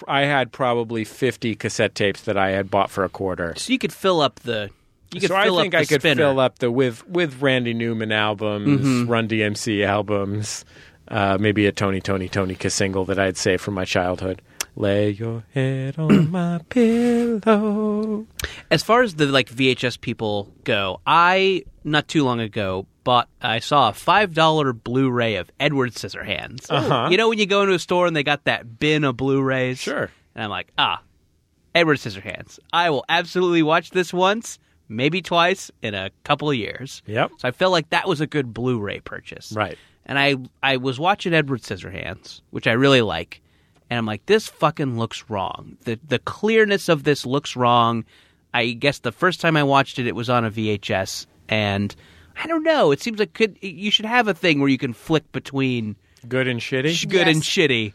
E: I had probably 50 cassette tapes that I had bought for a quarter.
C: So you could fill up the. You could
E: so I
C: fill
E: think
C: up the
E: I could
C: spinner. Mm-hmm.
E: fill up the with with Randy Newman albums, Run DMC albums, uh, maybe a Tony Tony Tony Kiss single that I'd saved from my childhood. Lay your head on my pillow.
C: As far as the like VHS people go, I not too long ago bought I saw a five dollar Blu-ray of Edward Scissorhands.
E: Uh-huh.
C: You know when you go into a store and they got that bin of Blu-rays.
E: Sure.
C: And I'm like, ah, Edward Scissorhands. I will absolutely watch this once, maybe twice in a couple of years.
E: Yep.
C: So I felt like that was a good Blu-ray purchase.
E: Right.
C: And I I was watching Edward Scissorhands, which I really like, and I'm like, this fucking looks wrong. The the clearness of this looks wrong. I guess the first time I watched it, it was on a VHS, and I don't know. It seems like could you should have a thing where you can flick between
E: Good and shitty.
C: sh- good and
D: Yes.
C: shitty,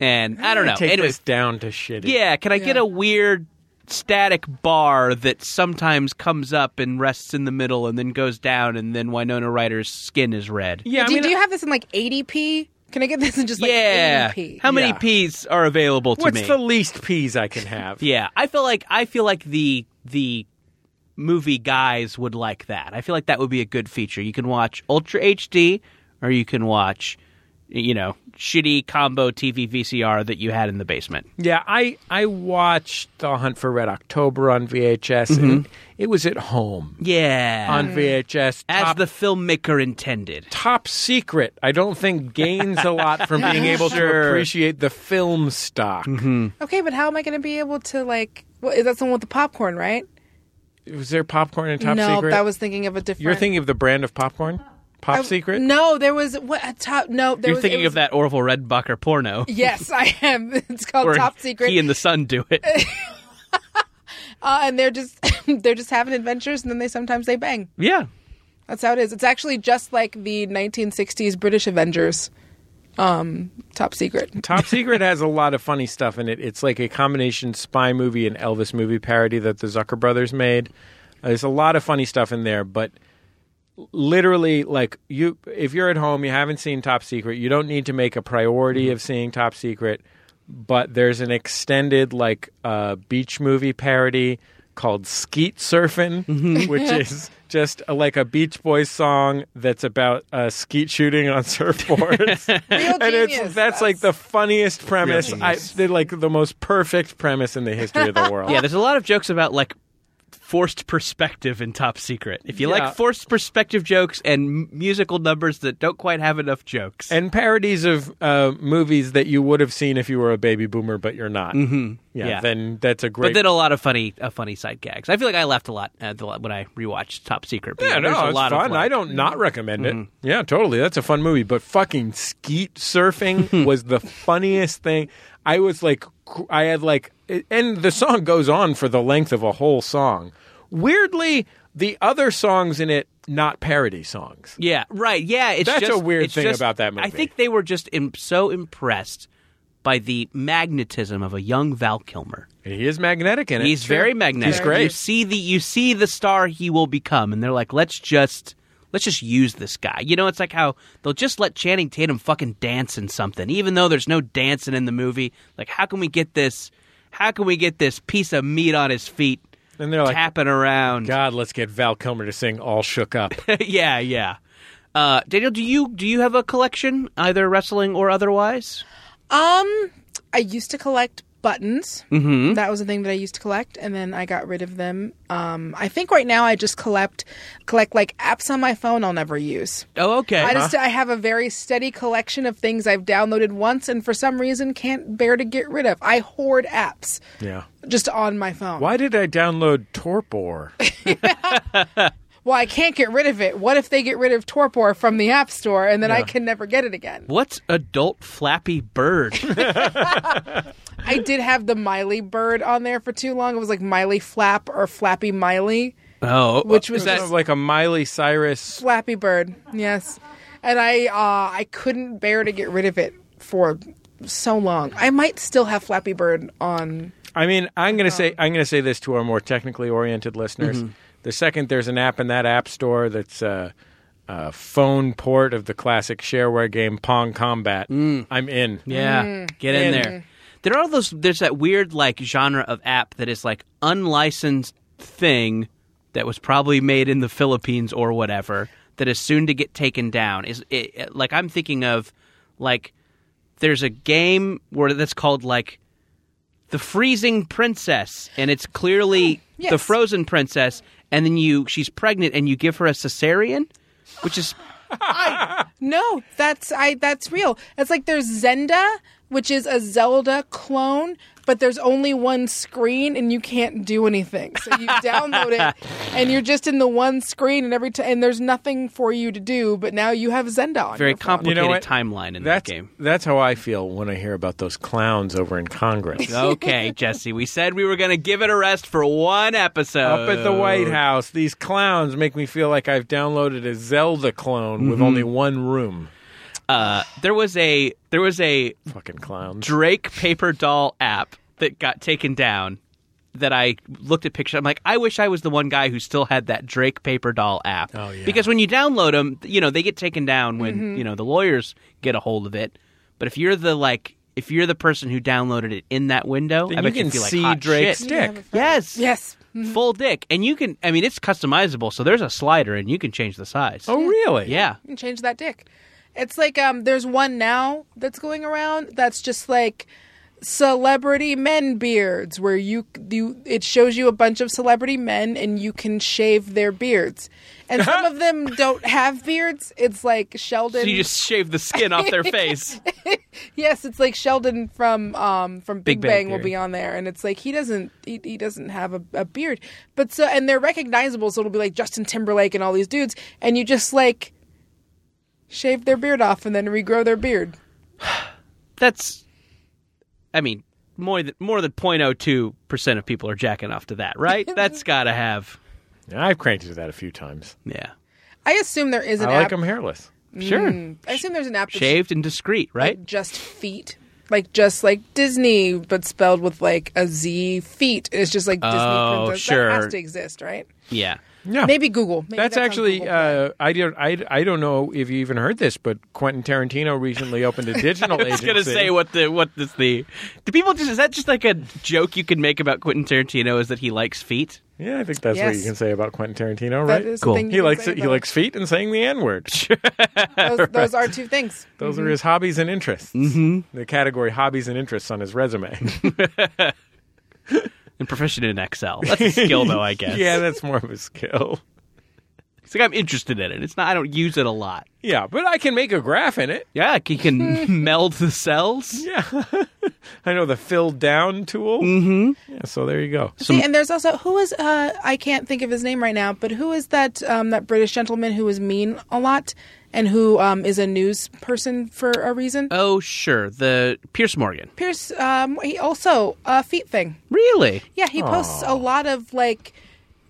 C: and I don't know.
E: Take
C: Anyway,
E: this down to shitty.
C: yeah, can I get
D: Yeah.
C: a weird static bar that sometimes comes up and rests in the middle and then goes down and then Winona Ryder's skin is red?
E: Yeah, I
D: do,
E: mean,
D: do you have this in like 80p? Can I get this in just like
C: yeah.
D: 80p?
C: How many
E: Yeah.
C: P's are available to
E: what's
C: me?
E: the least peas I can have?
C: yeah, I feel like I feel like the the movie guys would like that. I feel like that would be a good feature. You can watch Ultra HD or you can watch you know, shitty combo TV VCR that you had in the basement.
E: Yeah, I I watched The Hunt for Red October on VHS. And it was at home
C: Mm-hmm. Yeah.
E: on VHS.
C: as
E: top,
C: the filmmaker intended.
E: top secret. I don't think gains a lot from being able to
C: Sure. Mm-hmm.
E: appreciate the film stock.
D: Okay, but how am I going to be able to like? What, is that someone with the popcorn? Right?
E: Was there popcorn in Top
D: no,
E: Secret?
D: that was thinking of a different.
E: You're thinking of the brand of popcorn, Pop
D: I-
E: Secret.
D: No, there was what a top. No, there
C: You're
D: was, it
C: thinking
D: was-
C: of that Orville Redbacher porno.
D: Yes, I am. It's called
C: where
D: Top Secret,
C: He and the son do it.
D: uh, and they're just they're just having adventures, and then they sometimes they bang.
C: yeah.
D: That's how it is. It's actually just like the 1960s British Avengers. Um, Top Secret.
E: Top Secret has a lot of funny stuff in it. It's like a combination spy movie and Elvis movie parody that the Zucker brothers made. Uh, There's a lot of funny stuff in there, but literally like you if you're at home you haven't seen Top Secret, you don't need to make a priority of seeing Top Secret, but there's an extended like uh beach movie parody called Skeet Surfing, which is just a, like a Beach Boys song that's about uh, skeet shooting on surfboards.
D: Real
E: and it's
D: genius.
E: that's, like the funniest premise.
C: Real
E: I,
C: genius.
E: they're like the most perfect premise in the history of the world.
C: Yeah, there's a lot of jokes about like forced perspective in Top Secret. If you
E: Yeah.
C: like forced perspective jokes and m- musical numbers that don't quite have enough jokes.
E: and parodies of uh, movies that you would have seen if you were a baby boomer, but you're not. Mm-hmm. Yeah,
C: Yeah.
E: then that's a great.
C: but then a lot of funny, uh, funny side gags. I feel like I laughed a lot at the, when I rewatched Top Secret. but
E: yeah,
C: there's
E: no,
C: a
E: it's
C: lot Of
E: fun.
C: like-
E: I don't not recommend it. Yeah, totally. That's a fun movie. But fucking skeet surfing was the funniest thing. I was like, cr- I had like, and the song goes on for the length of a whole song. Weirdly, the other songs in it not parody songs.
C: Yeah, right. Yeah, it's
E: That's
C: just-
E: a weird
C: it's
E: thing
C: just-
E: about that movie.
C: I think they were just Im- so impressed by the magnetism of a young Val Kilmer.
E: He is magnetic in it.
C: He's very magnetic.
E: He's great.
C: You see the you see the star he will become, and they're like, let's just let's just use this guy. You know, it's like how they'll just let Channing Tatum fucking dance in something, even though there's no dancing in the movie. Like, how can we get this? How can we get this piece of meat on his feet?
E: And they're like,
C: tapping around.
E: God, let's get Val Kilmer to sing "All Shook Up."
C: yeah, yeah. Uh, Daniel, do you do you have a collection, either wrestling or otherwise?
D: Um, I used to collect buttons. Mm-hmm. That was a thing that I used to collect, and then I got rid of them. Um, I think right now I just collect collect like apps on my phone I'll never use.
C: Oh, okay.
D: I just I have a very steady collection of things I've downloaded once and for some reason can't bear to get rid of. I hoard apps
E: yeah.
D: just on my phone.
E: Why did I download Torpor?
D: Well, I can't get rid of it. What if they get rid of Torpor from the App Store and then I
E: Yeah.
D: can never get it again?
C: What's adult Flappy Bird?
D: I did have the Miley bird on there for too long. It was like Miley Flap or Flappy Miley.
C: oh,
D: Which was
E: Sort of like a Miley Cyrus
D: Flappy Bird, yes. And I uh, I couldn't bear to get rid of it for so long. I might still have Flappy Bird on.
E: I mean, I'm going to say I'm going to say this to our more technically oriented listeners.
C: Mm-hmm.
E: The second there's an app in that app store that's a, a phone port of the classic shareware game Pong Combat, I'm in.
C: Mm. Yeah, get in
E: And-
C: there. There are those. There's that weird like genre of app that is like unlicensed thing that was probably made in the Philippines or whatever that is soon to get taken down. Is it, like I'm thinking of like there's a game where that's called like the freezing princess and it's clearly
D: yes.
C: the frozen princess and then you she's pregnant and you give her a cesarean which is
D: No, that's I. That's real. It's like there's Zenda, which is a Zelda clone, but there's only one screen and you can't do anything. So you download it and you're just in the one screen and every time and there's nothing for you to do. But now you have Zenda on.
C: very
D: your phone.
C: complicated
E: what?
C: timeline in
E: That's
C: that game
E: that's how I feel when I hear about those clowns over in Congress.
C: okay, Jesse. We said we were going to give it a rest for one episode.
E: Up at the
C: Oh.
E: White House, these clowns make me feel like I've downloaded a Zelda clone with only one room.
C: Uh, there was a there was a
E: Fucking clowns.
C: Drake paper doll app that got taken down. That I looked at pictures. I'm like, I wish I was the one guy who still had that Drake paper doll app.
E: Oh, yeah. Mm-hmm.
C: Because when you download them, you know they get taken down when you know the lawyers get a hold of it. But if you're the like, if you're the person who downloaded it in that window,
E: Then
C: I
E: you
C: bet
E: can
C: you feel like
E: see
C: hot
E: Drake's
C: shit.
E: dick.
C: Yes.
D: Yes.
C: Mm-hmm. full dick and you can i mean it's customizable so there's a slider and you can change the size
E: Oh, really?
C: yeah
D: and change that dick. It's like um, there's one now that's going around that's just like celebrity men beards, where you you it shows you a bunch of celebrity men and you can shave their beards, and some of them don't have beards. It's like Sheldon.
C: so you just shave the skin off their face
D: yes, it's like Sheldon from um, from Big,
C: Big
D: Bang,
C: Bang
D: will be
C: Theory.
D: on there, and it's like he doesn't he, he doesn't have a, a beard, but so and they're recognizable, so it'll be like Justin Timberlake and all these dudes, and you just like shave their beard off and then regrow their beard.
C: that's i mean more than more than 0.02% of people are jacking off to that right that's gotta have
E: I've cranked it to that a few times.
C: yeah
D: I assume there is an
E: I like
D: app.
E: them hairless.
C: sure
D: I assume there's an app that's
C: shaved and discreet right
D: like just feet. Like just like Disney, but spelled with like a Z feet. It's just like Disney
C: Oh,
D: princess. That
C: sure.
D: has to exist, right?
C: yeah
E: Yeah.
D: Maybe Google. Maybe
E: That's
D: on
E: actually
D: Google Play.
E: uh, I don't I, I don't know if you even heard this, but Quentin Tarantino recently opened a digital
C: I was
E: agency.
C: gonna say what the what is the do people just is that just like a joke you can make about Quentin Tarantino is that he likes feet?
E: Yeah, I think that's what
D: Yes.
E: you can say about Quentin Tarantino,
D: That
E: right?
D: is the Cool. thing you
E: he
D: can
E: likes
D: say
E: he
D: about
E: likes feet and saying the N word. uh,
D: those, those are two things.
E: Those are his hobbies and interests. Mm-hmm. The category hobbies and interests on his resume.
C: And proficient in Excel. That's a skill though, I guess.
E: yeah, that's more of a skill.
C: It's like I'm interested in it. It's not I don't use it a lot.
E: Yeah, but I can make a graph in it.
C: Yeah, he can meld the cells.
E: Yeah. I know the fill down tool. Mm-hmm. Yeah, so there you go.
D: See, and there's also who is uh I can't think of his name right now, but who is that um that British gentleman who is mean a lot and who um is a news person for a reason?
C: Oh sure, the Pierce Morgan.
D: Pierce um he also a feet thing.
C: Really?
D: Yeah, he posts a lot of like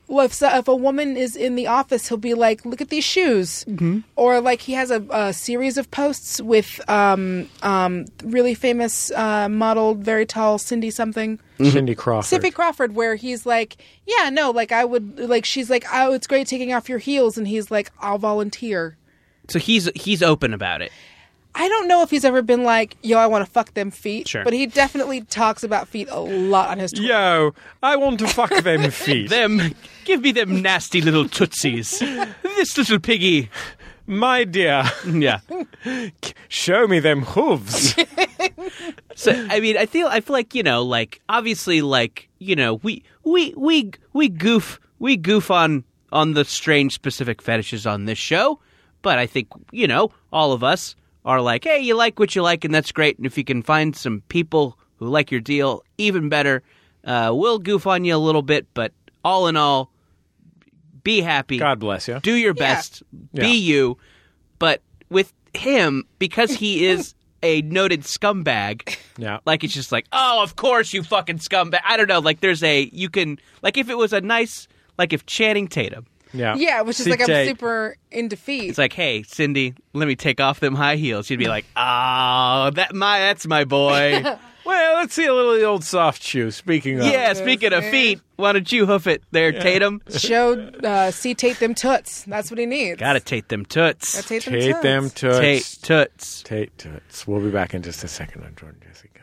D: well, if, so, if a woman is in the office, he'll be like, "Look at these shoes,"
E: Mm-hmm.
D: or like he has a, a series of posts with um, um, really famous uh, model, very tall Cindy something.
E: Mm-hmm. Cindy Crawford.
D: Pacific Crawford, where he's like, "Yeah, no, like I would, like she's like, oh, it's great taking off your heels," and he's like, "I'll volunteer."
C: So he's he's open about it.
D: I don't know if he's ever been like, "Yo, I want to fuck them feet,"
C: Sure.
D: but he definitely talks about feet a lot on his. Twitter.
E: Yo, I want to fuck them feet.
C: Them give me them nasty little tootsies. this little piggy.
E: My dear,
C: Yeah.
E: show me them hooves.
C: So I mean, I feel I feel like you know, like obviously, like you know, we we we we goof we goof on on the strange specific fetishes on this show, but I think you know all of us are like, hey, you like what you like, and that's great, and if you can find some people who like your deal, even better. Uh, we'll goof on you a little bit, but all in all, be happy
E: God bless you.
C: do your best, be
E: Yeah.
C: you. But with him, because he is a noted scumbag,
E: Yeah.
C: like it's just like, oh, of course you fucking scumbag. I don't know. Like there's a you can like if it was a nice like if Channing Tatum.
E: Yeah.
D: yeah, which is
E: See,
D: like I'm
E: Jay,
D: super into feet.
C: It's like, hey, Cindy, let me take off them high heels. She'd be like, oh, that my that's my boy.
E: Well, let's see a little of the old soft shoe. Speaking of.
C: yeah. Speaking of
D: man.
C: feet, why don't you hoof it there, Tatum?
D: Show uh, see Tate them toots. That's what he needs.
C: Gotta tate them toots.
D: Gotta Tate them
E: Tate
D: toots.
E: them
C: Tate
E: toots.
C: toots.
E: Tate toots. We'll be back in just a second on Jordan Jesse Go.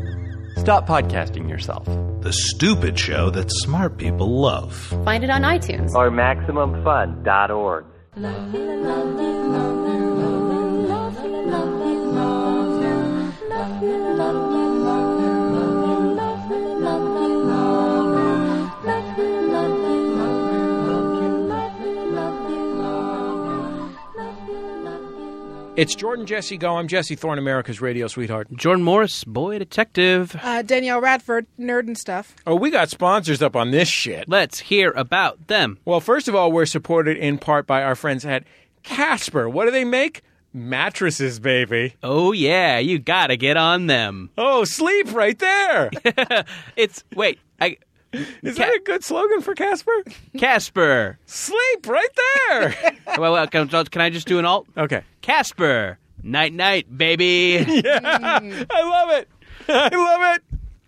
F: Stop podcasting yourself.
G: The stupid show that smart people love.
H: Find it on iTunes.
I: Or MaximumFun.org.
E: It's Jordan Jesse Go. I'm Jesse Thorne, America's radio sweetheart.
C: Jordan Morris, boy detective.
D: Uh, Danielle Radford, nerd and stuff.
E: Oh, we got sponsors up on this shit.
C: Let's hear about them.
E: Well, first of all, we're supported in part by our friends at Casper. What do they make? Mattresses, baby.
C: Oh yeah, you gotta get on them.
E: Oh, sleep right there.
C: It's wait, I
E: Is
C: Ca-
E: that a good slogan for Casper?
C: Casper.
E: Sleep right there.
C: well, well, can, can I just do an alt?
E: Okay.
C: Casper, night night, baby.
E: I love it. I love it.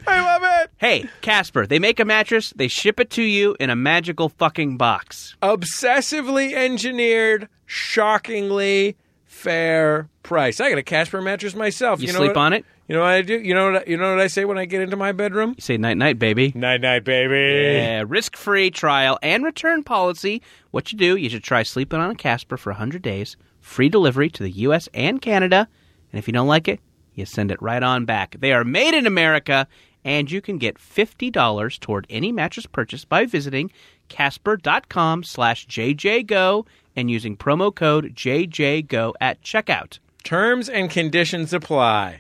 E: I love it.
C: hey, Casper, they make a mattress, they ship it to you in a magical fucking box.
E: Obsessively engineered, shockingly fair price. I got a Casper mattress myself.
C: You,
E: know
C: sleep
E: what-
C: on it.
E: You know what I do? You know what I, you know what I say when I get into my bedroom?
C: You say night night, baby.
E: Night night, baby.
C: Yeah, risk-free trial and return policy. What you do, you should try sleeping on a Casper for 100 days, free delivery to the US and Canada, and if you don't like it, you send it right on back. They are made in America and you can get $50 toward any mattress purchase by visiting casper.com/jjgo slash JJGo and using promo code JJGo at checkout.
E: Terms and conditions apply.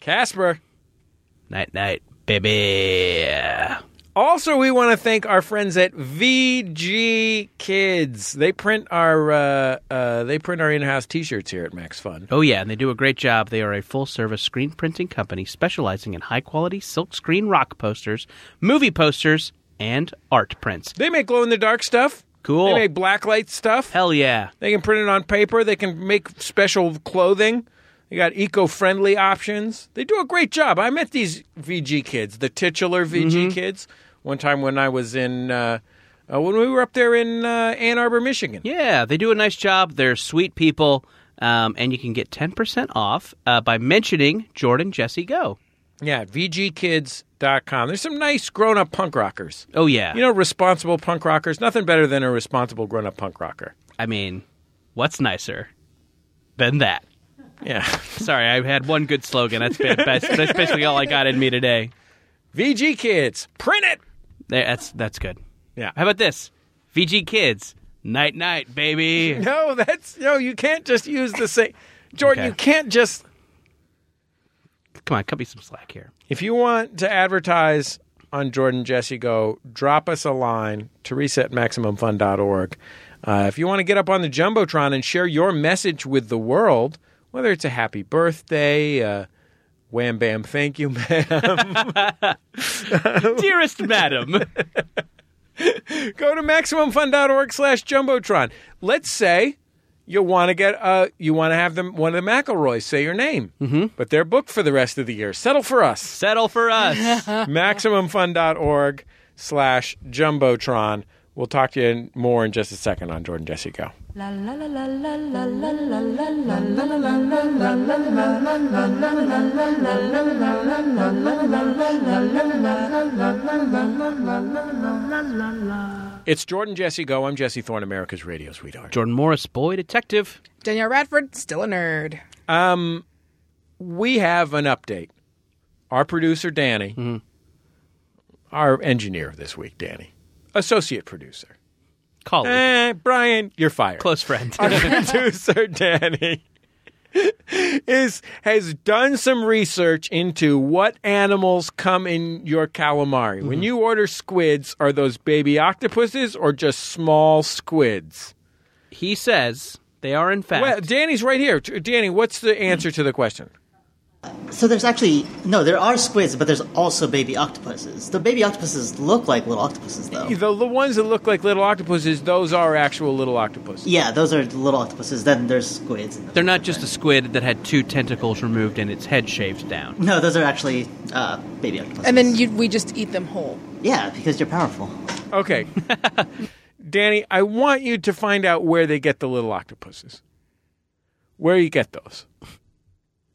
E: Casper.
C: Night, night, baby.
E: Also, we want to thank our friends at VG Kids. They print our uh, uh, they print our in-house T-shirts here at Max Fun.
C: Oh, yeah, and they do a great job. They are a full service screen printing company specializing in high quality silk screen rock posters, movie posters, and art prints.
E: They make glow in the dark stuff.
C: Cool.
E: They make blacklight stuff.
C: Hell yeah.
E: They can print it on paper. They can make special clothing. They got eco-friendly options. They do a great job. I met these VG kids, the titular VG
C: Mm-hmm.
E: kids, one time when I was in uh, uh, when we were up there in uh, Ann Arbor, Michigan.
C: Yeah, they do a nice job. They're sweet people, um, and you can get 10% off uh, by mentioning Jordan Jesse Go.
E: Yeah, VGKids.com. There's some nice grown up punk rockers.
C: Oh, yeah.
E: You know, responsible punk rockers. Nothing better than a responsible grown up punk rocker.
C: I mean, what's nicer than that?
E: Yeah.
C: Sorry, I had one good slogan. That's, ba- bas- that's basically all I got in me today.
E: VG Kids, print it.
C: There, That's, that's good.
E: Yeah.
C: How about this? VG Kids, night night, baby.
E: No, that's no. You can't just use the same. Jordan,
C: Okay.
E: you can't just.
C: Come on, cut me some slack here.
E: If you want to advertise on Jordan Jesse Go, drop us a line, Teresa at MaximumFun.org. Uh, if you want to get up on the Jumbotron and share your message with the world, whether it's a happy birthday, uh, wham bam, thank you, ma'am.
C: Dearest madam.
E: go to maximumfun.org slash jumbotron let's say you want to get uh you want to have them one of the mcelroys say your name mm-hmm. but they're booked for the rest of the year settle for us
C: Settle for us.
E: maximumfun.org slash jumbotron we'll talk to you in- more in just a second on jordan jesse go it's jordan jesse go i'm jesse thorne america's radio sweetheart
C: Jordan Morris, boy detective.
D: Danielle Radford, still a nerd.
E: we have an update. Our producer, Danny, our engineer this week, Danny, associate producer.
C: Colleague.
E: Eh, Brian, you're fired.
C: Close friend.
E: Our producer, Danny, is has done some research into what animals come in your calamari. When you order squids, are those baby octopuses or just small squids?
C: He says they are, in fact.
E: Well, Danny's right here. T- Danny, what's the answer to the question?
J: So there's actually no, there are squids, but there's also baby octopuses. The baby octopuses look like little octopuses, though.
E: The, the ones that look like little octopuses, those are actual little octopuses.
J: Yeah, those are little octopuses. Then there's squids. and-
C: They're not just a squid that had two tentacles removed and its head shaved down.
J: No, those are actually uh, baby octopuses.
D: And then you, we just eat them whole.
J: yeah, because you're powerful.
E: Okay. Danny, I want you to find out where they get the little octopuses. Where you get those?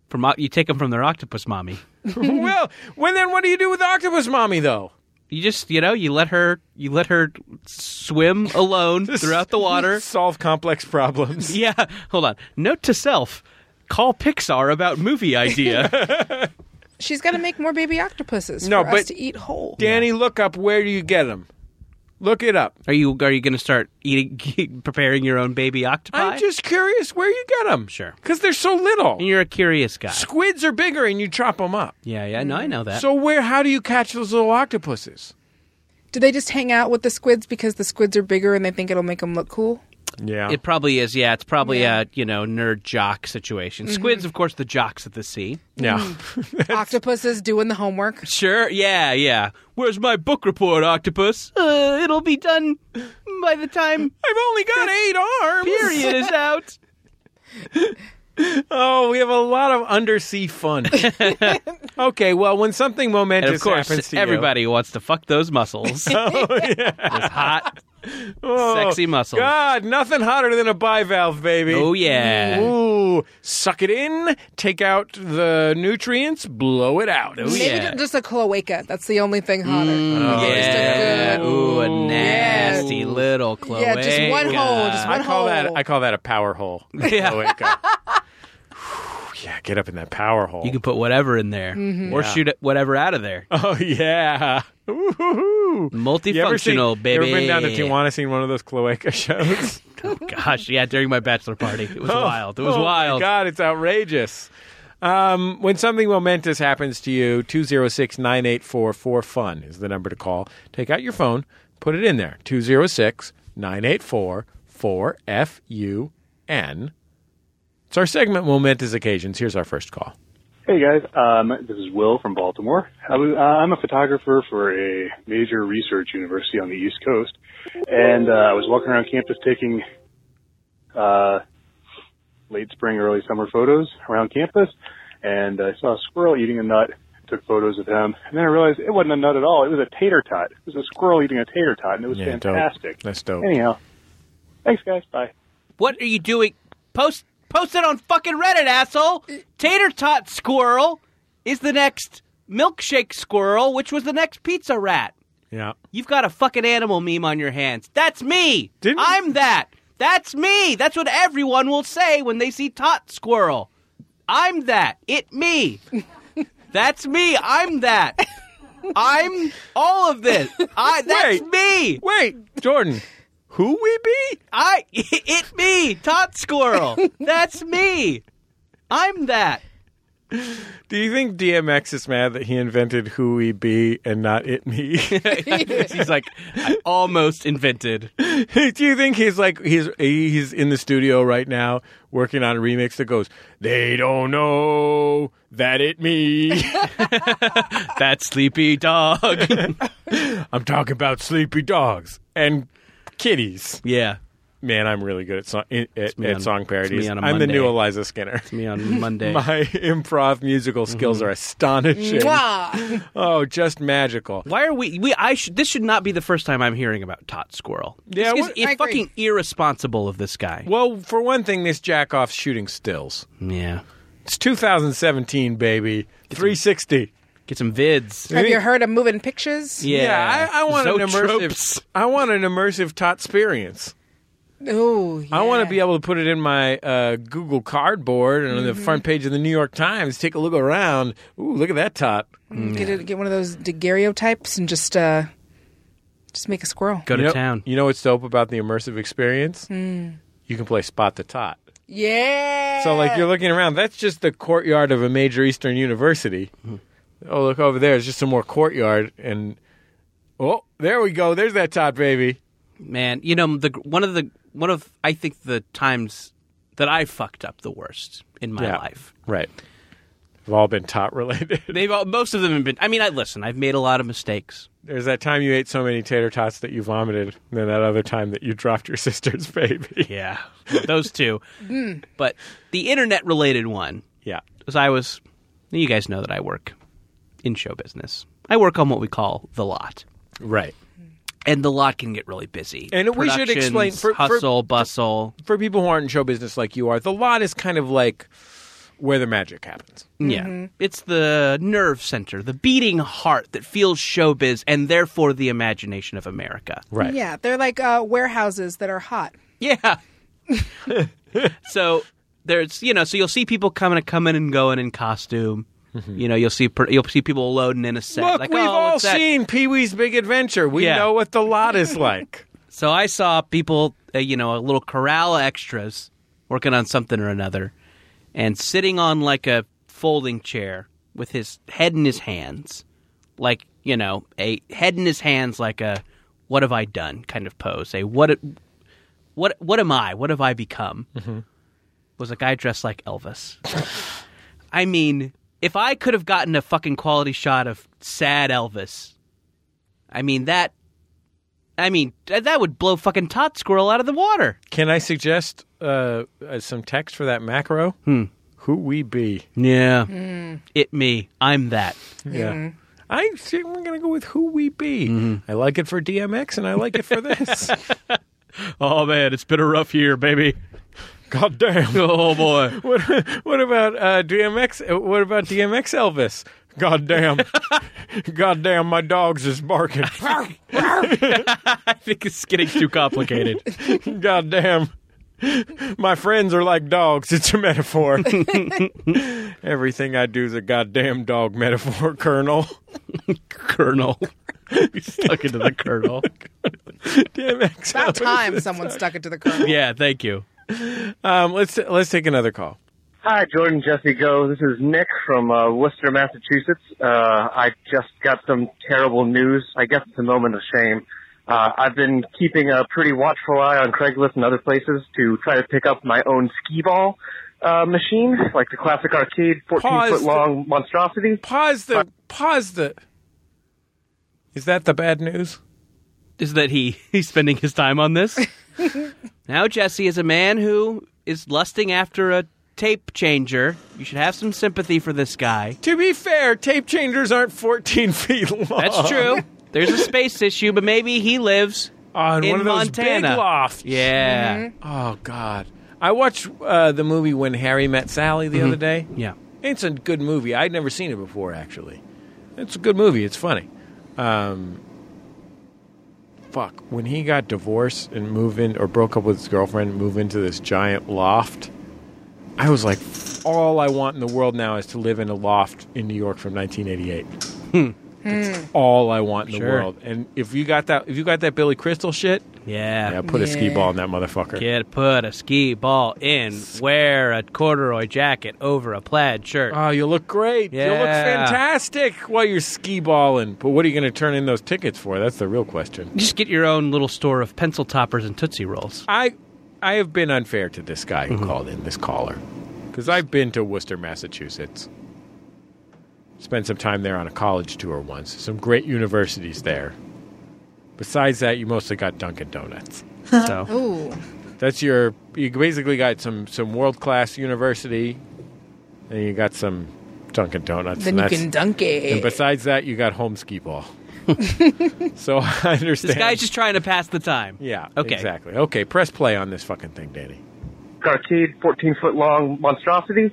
C: From o- you take them from their octopus mommy.
E: well, when then what do you do with the octopus mommy though?
C: You just you know you let her you let her swim alone throughout the water.
E: Solve complex problems.
C: Yeah, hold on. Note to self: call Pixar about movie idea.
D: She's got to make more baby octopuses
E: No,
D: for
E: but-
D: us to eat whole.
E: Danny, look up where do you get them? Look it up.
C: are you are you going to start eating preparing your own baby octopi?
E: I'm just curious where you get them.
C: Sure.
E: Cuz they're so little.
C: And you're a curious guy.
E: Squids are bigger and you chop them up.
C: Yeah, yeah, no, I know that.
E: So where how do you catch those little octopuses?
D: Do they just hang out with the squids because the squids are bigger and they think it'll make them look cool?
E: Yeah.
C: it probably is. Yeah, it's probably a you know nerd jock
E: Mm-hmm.
C: situation. Squids, of course, the jocks at the sea.
E: yeah.
D: Octopuses doing the homework.
C: Sure. Yeah, yeah. Where's my book report, Octopus? Uh, it'll be done by the time
E: I've only got 8 arms.
C: period is out.
E: Oh, we have a lot of undersea fun. okay, well, when something momentous
C: And of
E: happens
C: course,
E: to you-
C: everybody wants to fuck those muscles. Those hot, sexy muscles.
E: Oh, God, nothing hotter than a bivalve, baby.
C: Oh yeah.
E: Ooh, suck it in, take out the nutrients, blow it out.
C: Oh,
D: Maybe
C: yeah.
D: ju- just a cloaca. That's the only thing hotter.
E: Mm,
C: yeah.
D: Just a good-
C: Ooh, a nasty
E: Yeah.
C: little cloaca.
D: Yeah, just one hole, just
E: I
D: one
E: call that
D: hole.
E: I call that a power hole.
C: Yeah.
E: Oh, wait, go. Whew, yeah, get up in that power hole.
C: You can put whatever in there,
E: Mm-hmm.
C: or shoot it- whatever out of there.
E: oh yeah. Ooh. You ever seen-
C: Multifunctional, baby.
E: You ever been down to Tijuana, seen one of those cloaca shows?
C: Gosh, yeah, during my bachelor party, it was wild. It was
E: oh my
C: wild.
E: God, it's outrageous. Um, when something momentous happens to you, 206 984 4FUN is the number to call. Take out your phone, put it in there 206 984 4FUN. It's our segment, Momentous Occasions. Here's our first call.
K: Hey guys, um, this is Will from Baltimore. I was, uh, I'm a photographer for a major research university on the East Coast, and uh, I was walking around campus taking uh, late spring, early summer photos around campus, and I saw a squirrel eating a nut. Took photos of him, and then I realized it wasn't a nut at all. It was a tater tot. It was a squirrel eating a tater tot, and it was
E: Yeah, dope.
K: fantastic.
E: That's dope.
K: Anyhow, thanks guys. Bye.
C: What are you doing? Post post it on fucking Reddit, asshole. Tater tot squirrel is the next milkshake squirrel, which was the next pizza rat.
E: Yeah.
C: You've got a fucking animal meme on your hands. That's me. I'm that. That's me. That's what everyone will say when they see tot squirrel. I'm that. It me. That's me. I'm that. I'm all of this. I that's me.
E: Wait, Jordan. Who we be?
C: I it me, tot squirrel. That's me. I'm that.
E: Do you think DMX is mad that he invented Who We Be and not It Me?
C: He's like I almost invented.
E: Do you think he's like he's he's in the studio right now working on a remix that goes, "They don't know that it me.
C: That sleepy dog.
E: I'm talking about sleepy dogs and kitties."
C: yeah.
E: Man, I'm really good at song at, at
C: me on-
E: song parodies.
C: it's me on a
E: I'm the new
C: Monday.
E: Eliza Skinner.
C: Me Mm-hmm. on Monday.
E: My improv musical skills are astonishing.
D: Mwah.
E: Oh, just magical.
C: Why are we? We I should. This should not be the first time I'm hearing about Tot Squirrel.
E: Yeah,
C: this
E: what-
C: is
D: I agree.
C: fucking irresponsible of this guy.
E: Well, for one thing, this jackoff's shooting stills.
C: Yeah,
E: It's 2017, baby. 360.
C: get some vids.
D: Have you heard of moving pictures?
C: Yeah,
E: I, I want an
C: Zoetropes.
E: immersive. I want an immersive tot experience.
D: Oh, yeah.
E: I want to be able to put it in my uh, Google Cardboard and on the front
D: Mm-hmm.
E: page of the New York Times. Take a look around. Ooh, look at that tot.
D: get, a, get one of those daguerreotypes and just uh, just make a squirrel.
C: Go to
E: you know,
C: town.
E: You know what's dope about the immersive experience?
D: Hmm.
E: You can play spot the tot.
D: Yeah.
E: So like you're looking around. That's just the courtyard of a major Eastern university.
C: Mm-hmm.
E: Oh, look over there. It's just some more courtyard. And oh, there we go. There's that tot baby.
C: Man, you know the one of the one of I think the times that I fucked up the worst in my
E: Yeah.
C: life.
E: Right. They've all been tot related.
C: They've all, most of them have been. I mean, I listen. I've made a lot of mistakes.
E: There's that time you ate so many tater tots that you vomited, and then that other time that you dropped your sister's baby.
C: Yeah, those two. But the internet related one
E: Yeah.
C: was I was. You guys know that I work in show business. I work on what we call the lot.
E: Right.
C: and the lot can get really busy.
E: And we should
C: Productions,
E: explain for- for-
C: hustle, bustle.
E: For people who aren't in show business like you are, the lot is kind of like where the magic happens.
C: Yeah, it's the nerve center, the beating heart that feels showbiz, and therefore the imagination of America.
E: Right.
D: yeah, they're like uh, warehouses that are hot.
C: Yeah. so there's you know so you'll see people coming coming and going in costume. You know you'll see per- you'll see people loading in a set.
E: Mm-hmm. Look,
C: like,
E: we've
C: "Oh,
E: all
C: what's that?"
E: seen Pee Wee's Big Adventure. We
C: Yeah.
E: know what the lot is like.
C: So I saw people, uh, you know, a little corral of extras working on something or another, and sitting on like a folding chair with his head in his hands, like you know, a head in his hands, like a "What have I done?" kind of pose. A "What, what, what am I? What have I become?" Was a guy dressed like Elvis. I mean, if I could have gotten a fucking quality shot of sad Elvis, I mean that I mean, th- that would blow fucking Tot Squirrel out of the water.
E: Can I suggest uh, uh, some text for that macro?
C: Hmm.
E: Who we be?
C: Yeah. Hmm. It me. I'm that.
E: Yeah.
C: Mm-hmm.
E: I see we're gonna go with who we be. I like it for DMX and I like it for this.
C: Oh, man. It's been a rough year, baby.
E: God damn.
C: Oh, boy.
E: What, what about uh, DMX? uh, What about DMX Elvis? God damn. God damn, my dog's is barking.
C: I think it's getting too complicated.
E: God damn. My friends are like dogs. It's a metaphor. Everything I do is a goddamn dog metaphor, Colonel.
C: Colonel. we stuck into the Colonel.
E: DMX
D: About
E: Elvis.
D: time someone stuck it to the kernel.
C: Yeah, thank you.
E: Um, let's let's take another call.
L: Hi, Jordan, Jesse, go. This is Nick from uh, Worcester, Massachusetts. Uh, I just got some terrible news. I guess it's a moment of shame. Uh, I've been keeping a pretty watchful eye on Craigslist and other places to try to pick up my own skee ball uh, machine, like the classic arcade, 14
E: Pause
L: foot
E: the-
L: long monstrosity.
E: Pause the. Pause the. Is that the bad news?
C: Is that he he's spending his time on this? now Jesse is a man who is lusting after a tape changer. You should have some sympathy for this guy.
E: To be fair, tape changers aren't 14 feet long.
C: That's true. There's a space issue, but maybe he lives
E: on
C: in
E: one of those big
C: Montana.
E: lofts.
C: Yeah.
E: Oh God. I watched uh, the movie When Harry Met Sally the other day.
C: Mm-hmm. Yeah.
E: It's a good movie. I'd never seen it before. Actually, it's a good movie. It's funny. Um, fuck. When he got divorced and moved in, or broke up with his girlfriend, and moved into this giant loft. I was like, all I want in the world now is to live in a loft in New York from 1988. That's all I want in the
C: Hmm. Sure.
E: world. And if you got that, if you got that Billy Crystal shit,
C: yeah,
E: yeah, put a ski
C: Yeah.
E: ball in that motherfucker.
C: Kid, put a ski ball in. Wear a corduroy jacket over a plaid shirt.
E: Oh, you look great. You look
C: Yeah.
E: fantastic while you're ski balling. But what are you going to turn in those tickets for? That's the real question.
C: Just get your own little store of pencil toppers and Tootsie Rolls.
E: I I have been unfair to this guy who called in, this caller, because I've been to Worcester, Massachusetts. Spent some time there on a college tour once. Some great universities there. Besides that, you mostly got Dunkin' Donuts. So.
D: Ooh.
E: That's your. You basically got some some world class university, and you got some Dunkin' Donuts.
D: Then
E: and
D: you
E: that's-
D: can dunk it.
E: And besides that, you got home ski ball. so I understand.
C: This guy's just trying to pass the time.
E: Yeah.
C: Okay.
E: Exactly. Okay. Press play on this fucking thing, Danny.
L: arcade, 14 foot long monstrosity.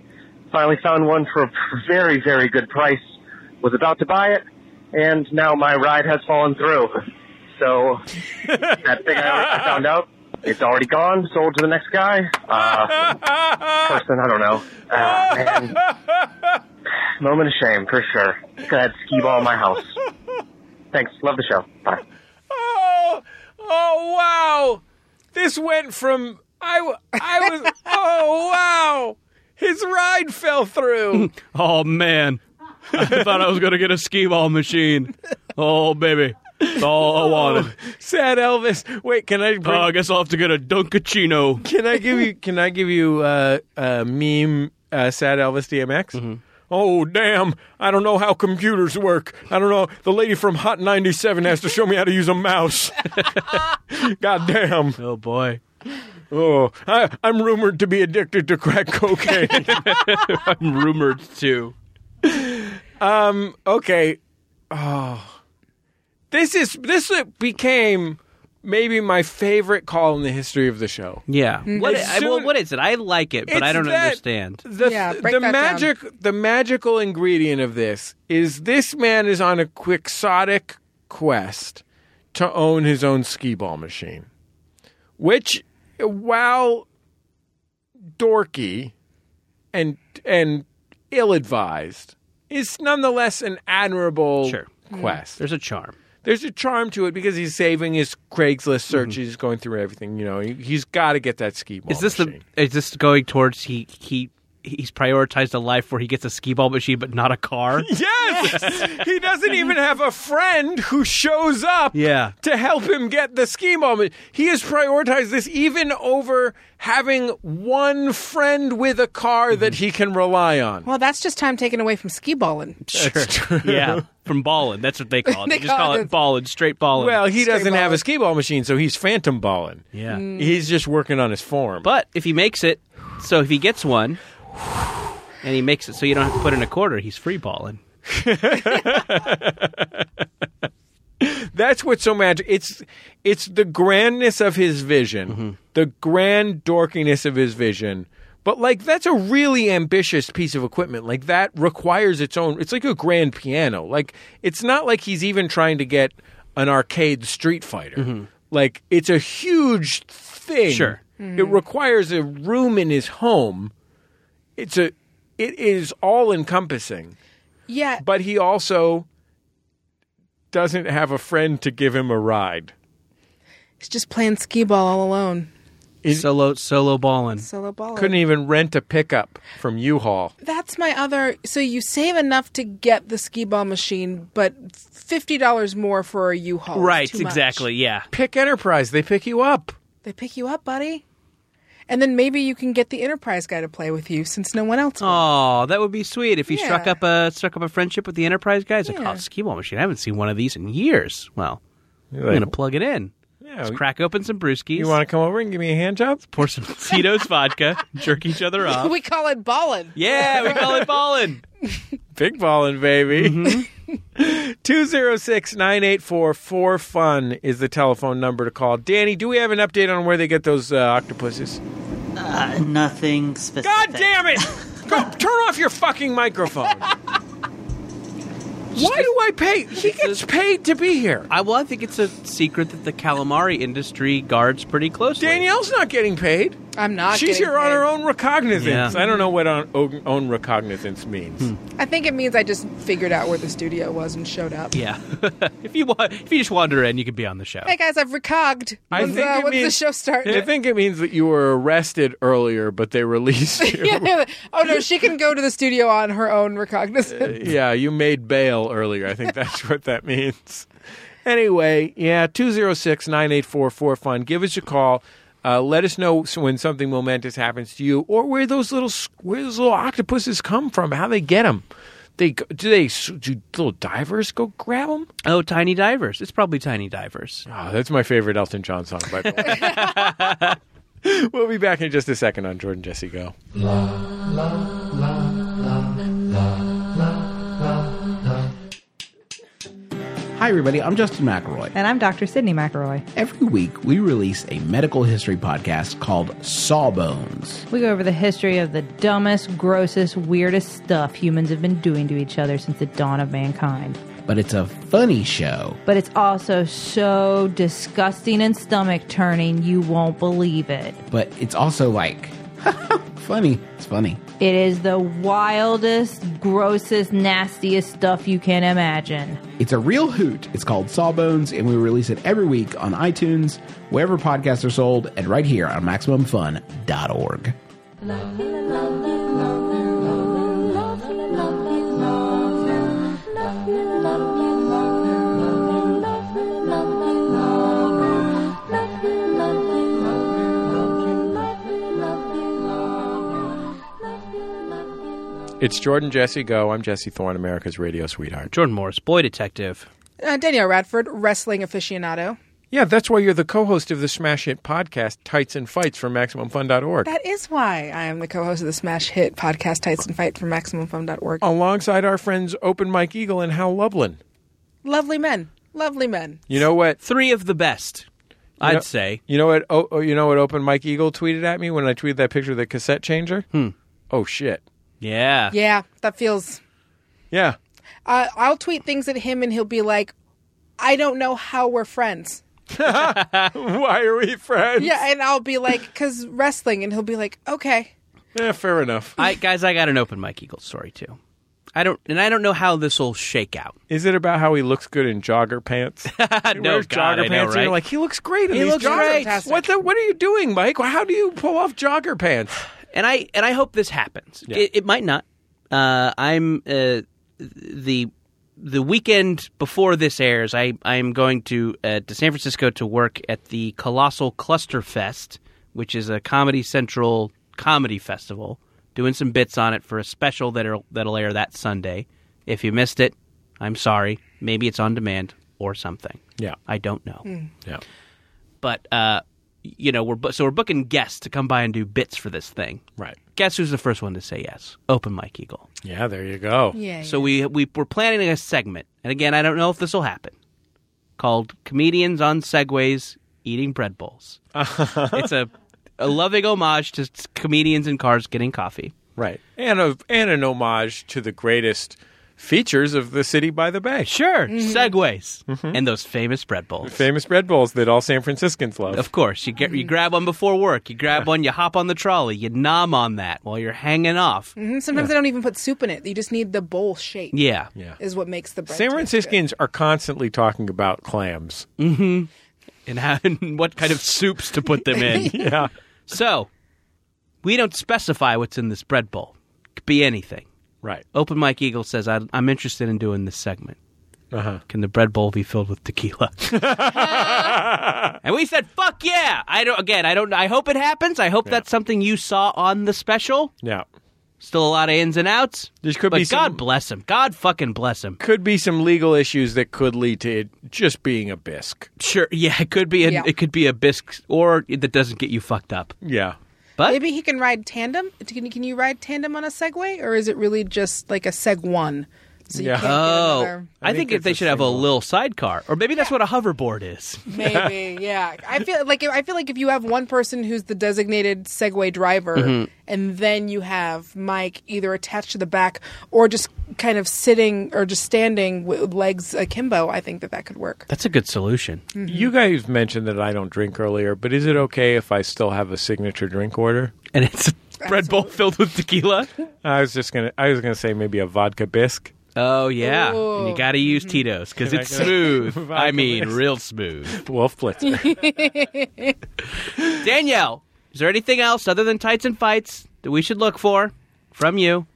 L: Finally found one for a very, very good price. Was about to buy it, and now my ride has fallen through. So that thing I, I found out, it's already gone. Sold to the next guy. Uh, person, I don't know. Uh, man. Moment of shame for sure. Go ahead, ski ball in my house. Thanks. Love the show. Bye.
E: Oh, oh wow! This went from I, w- I was oh wow! His ride fell through.
C: Oh man, I thought I was gonna get a ski ball machine. Oh baby, that's all I wanted.
E: Oh, Sad Elvis. Wait, can I? Bring,
C: Oh, I guess I'll have to get a Dunkachino.
E: can I give you? Can I give you uh, a meme? Uh, sad Elvis DMX.
C: Mm-hmm.
E: Oh damn! I don't know how computers work. I don't know. The lady from Hot ninety seven has to show me how to use a mouse. God damn!
C: Oh boy.
E: Oh, I, I'm rumored to be addicted to crack cocaine.
C: I'm rumored to.
E: Um. Okay. Oh, this is this became maybe my favorite call in the history of the show.
C: Yeah.
D: Mm-hmm.
C: What,
E: As
C: I- well,
E: soon-
C: what is it? I like it, but
E: It's
C: I don't
E: that-
C: understand.
E: The,
D: Yeah, break
E: the
D: that down.
E: magic, the magical ingredient of this is this man is on a quixotic quest to own his own skee ball machine, which, while dorky and and ill advised, is nonetheless an admirable
C: Sure.
E: quest.
C: There's a charm.
E: There's a charm to it because he's saving his Craigslist
C: Mm-hmm.
E: searches, he's going through everything. You know, he, he's got to get that skee ball.
C: Is this
E: machine.
C: the? Is this going towards he he? He's prioritized a life where he gets a ski ball machine, but not a car.
E: Yes, he doesn't even have a friend who shows up
C: Yeah.
E: to help him get the ski moment. He has prioritized this even over having one friend with a car that
C: Mm-hmm.
E: he can rely on.
D: Well, that's just time taken away from ski balling.
C: Sure. yeah, from ballin. That's what they call it. They,
D: They
C: just call
D: call
C: it,
D: it-
C: ballin, straight ballin.
E: Well, he
D: Straight
E: doesn't have
D: ballin'.
E: a skee ball machine, so he's phantom balling.
C: yeah.
E: He's just working on his form.
C: But if he makes it, so if he gets one, and he makes it, so you don't have to put in a quarter, he's free balling.
E: That's what's so magic. It's it's the grandness of his vision, the grand dorkiness of his vision. But like that's a really ambitious piece of equipment. Like that requires its own. It's like a grand piano. Like it's not like he's even trying to get an arcade Street Fighter. Like it's a huge thing.
C: Sure.
E: it requires a room in his home. It's a. It is all encompassing
D: Yeah.
E: but he also doesn't have a friend to give him a ride.
D: He's just playing skee ball all alone.
C: solo solo balling.
D: Solo ballin'.
E: Couldn't e- even rent a pickup from U-Haul.
D: That's my other. So you save enough to get the skee ball machine, but fifty dollars more for a U-Haul. is
C: right,
D: too much.
C: exactly. Yeah.
E: Pick Enterprise. They pick you up.
D: They pick you up, buddy, and then maybe you can get the Enterprise guy to play with you since no one else. will.
C: Oh, that would be sweet if he struck
D: Yeah.
C: up a struck up a friendship with the Enterprise guys. Like,
D: Yeah.
C: oh, skee ball machine. I haven't seen one of these in years. Well, I'm gonna plug it in. Let's crack open some brewskis.
E: You want to come over and give me a hand job?
C: pour some Tito's vodka, jerk each other off.
D: we call it ballin'.
C: yeah, we call it ballin'.
E: Big ballin', baby. Mm-hmm. 206 984 4FUN is the telephone number to call. Danny, do we have an update on where they get those uh, octopuses?
J: Uh, nothing specific.
E: God damn it! Go, turn off your fucking microphone. Why do I pay? He gets paid to be here.
C: I well, I think it's a secret that the calamari industry guards pretty closely.
E: Danielle's not getting paid.
D: I'm not.
E: She's
D: getting
E: here on
D: paid.
E: her own recognizance.
C: Yeah.
E: I don't know what on, own, own recognizance means.
D: I think it means I just figured out where the studio was and showed up.
C: Yeah. if you want, if you just wander in, you could be on the show.
D: Hey guys, I've recogged.
E: I
D: When's,
E: think
D: uh,
E: it
D: when's
E: means-
D: the show start?
E: I think it means that you were arrested earlier, but they released you.
D: oh no, she can go to the studio on her own recognizance.
E: yeah, you made bail earlier. I think that's what that means. Anyway, yeah, 206 984 fun Give us a call. Uh, let us know s- when something momentous happens to you or where those little s- where those little octopuses come from, how they get them. They, go- do they s- do little divers go grab them?
C: Oh, Tiny Divers. It's probably Tiny Divers.
E: Oh, that's my favorite Elton John song, by the way. we'll be back in just a second on Jordan Jesse Go.
M: Hi, everybody. I'm Justin McElroy.
N: And I'm Dr. Sydney McElroy.
M: Every week, we release a medical history podcast called Sawbones.
N: We go over the history of the dumbest, grossest, weirdest stuff humans have been doing to each other since the dawn of mankind.
M: But it's a funny show.
N: But it's also so disgusting and stomach turning, you won't believe it.
M: But it's also like funny. It's funny.
N: It is the wildest, grossest, nastiest stuff you can imagine.
M: It's a real hoot. It's called Sawbones, and we release it every week on iTunes, wherever podcasts are sold, and right here on MaximumFun.org.
E: It's Jordan Jesse Go. I'm Jesse Thorne, America's radio sweetheart.
C: Jordan Morris, boy detective.
D: Uh, Danielle Radford, wrestling aficionado.
E: Yeah, that's why you're the co-host of the Smash Hit podcast, Tights and Fights from MaximumFun.org,
D: That is why I am the co-host of the Smash Hit podcast, Tights and Fight from MaximumFun.org.
E: alongside our friends Open Mike Eagle and Hal Lublin.
D: Lovely men, lovely men.
E: You know what?
C: Three of the best, I'd
E: You know-
C: say.
E: You know what? Oh, oh, you know what? Open Mike Eagle tweeted at me when I tweeted that picture of the cassette changer. Hmm. Oh shit.
C: Yeah.
D: Yeah, that feels.
E: Yeah.
D: Uh, I'll tweet things at him, and he'll be like, "I don't know how we're friends."
E: Why are we friends?
D: Yeah, and I'll be like, "Cause wrestling," and he'll be like, "Okay."
E: Yeah, Eh, fair enough.
C: I guys, I got an open Mike Eagle story too. I don't, and I don't know how this will shake out.
E: Is it about how he looks good in jogger pants? He
C: No,
E: wears
C: God,
E: jogger
C: I know,
E: pants. And
C: right?
E: you're like, he looks great in
C: He
E: these
C: looks
E: jogger
C: great.
E: pants. What the? What are you doing, Mike? How do you pull off jogger pants?
C: and I and I hope this happens. It, it might not. Uh, I'm uh, the the weekend before this airs. I I am going to uh, to San Francisco to work at the Colossal Cluster Fest, which is a Comedy Central comedy festival. Doing some bits on it for a special that'll that'll air that Sunday. If you missed it, I'm sorry. Maybe it's on demand or something.
E: Yeah.
C: I don't know
E: Yeah.
C: but uh, you know we're bu- so we're booking guests to come by and do bits for this thing.
E: Right.
C: Guess who's the first one to say yes? Open Mike Eagle.
E: Yeah. There you go.
D: Yeah.
C: So we we we're planning a segment, and again, I don't know if this will happen. Called comedians on segways eating bread bowls. it's a a loving homage to s- comedians in cars getting coffee.
E: Right. And a, and an homage to the greatest features of the city by the bay.
C: Sure, Mm-hmm. segways
E: Mm-hmm.
C: and those famous bread bowls.
E: Famous bread bowls that all San Franciscans love.
C: Of course, you
E: Mm-hmm.
C: get you grab one before work. You grab one, you hop on the trolley, you nom on that while you're hanging off.
E: Mm-hmm.
D: hmm Sometimes they don't even put soup in it. You just need the bowl shape.
C: Yeah,
E: Yeah.
D: Is what makes the bread.
E: San
D: taste
E: Franciscans are constantly talking about clams.
C: Mm. and, how, and what kind of soups to put them in.
E: Yeah.
C: So, we don't specify what's in this bread bowl. It could be anything.
E: Right.
C: Open Mike Eagle says, I, I'm interested in doing this segment.
E: Uh-huh.
C: Can the bread bowl be filled with tequila? and we said, "Fuck yeah!" I don't. Again, I don't. I hope it happens. I hope that's something you saw on the special.
E: Yeah.
C: Still a lot of ins and outs. There
E: could
C: but
E: be
C: God
E: some-
C: bless him. God fucking bless him.
E: Could be some legal issues that could lead to it just being a bisque.
C: Sure. Yeah. It could be. A,
D: Yeah.
C: It could be a bisque or it- that doesn't get you fucked up.
E: Yeah.
C: But
D: Maybe he can ride tandem. Can, can you ride tandem on a Segway, or is it really just like a Seg One? So you can't get
C: Oh,
D: another-
C: I, think, if they should have a little sidecar, or maybe that's what a hoverboard is.
D: Maybe, yeah. I feel like I feel like if you have one person who's the designated Segway driver,
C: Mhm.
D: and then you have Mike either attached to the back or just kind of sitting or just standing with legs akimbo, I think that that could work.
C: That's a good solution.
E: You guys mentioned that I don't drink earlier, but is it okay if I still have a signature drink order?
C: And it's a bread bowl filled with tequila.
E: I was just gonna. I was gonna say maybe a vodka bisque.
C: Oh yeah, and you got to
D: Mm-hmm.
C: use Tito's because
E: Can I
C: it's
E: get a
C: smooth.
E: vodka
C: I mean,
E: mix?
C: real smooth.
E: Wolf Blitzer.
C: Danielle, is there anything else other than tights and fights that we should look for from you?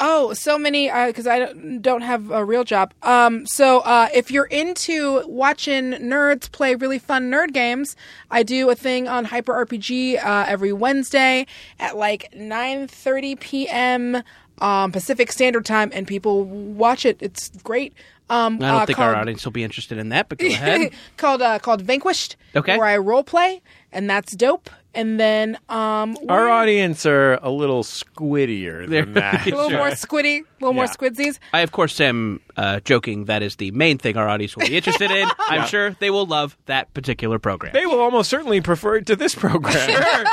D: Oh, so many because I don't, don't have a real job. Um, so uh, if you're into watching nerds play really fun nerd games, I do a thing on Hyper RPG uh, every Wednesday at like 9:30 p.m. Um, Pacific Standard Time, and people watch it. It's great. Um,
C: I don't
D: uh,
C: think
D: called-
C: our audience will be interested in that, but go ahead.
D: called uh, called Vanquished.
C: Okay.
D: where I role play, and that's dope. And then um,
E: Our
D: one-
E: audience are a little squiddier than that.
D: a little more squiddy, a little more
C: Yeah.
D: squidsies.
C: I, of course, am uh, joking. That is the main thing our audience will be interested in. I'm
E: Yeah.
C: sure they will love that particular program.
E: They will almost certainly prefer it to this program.
C: I yeah. In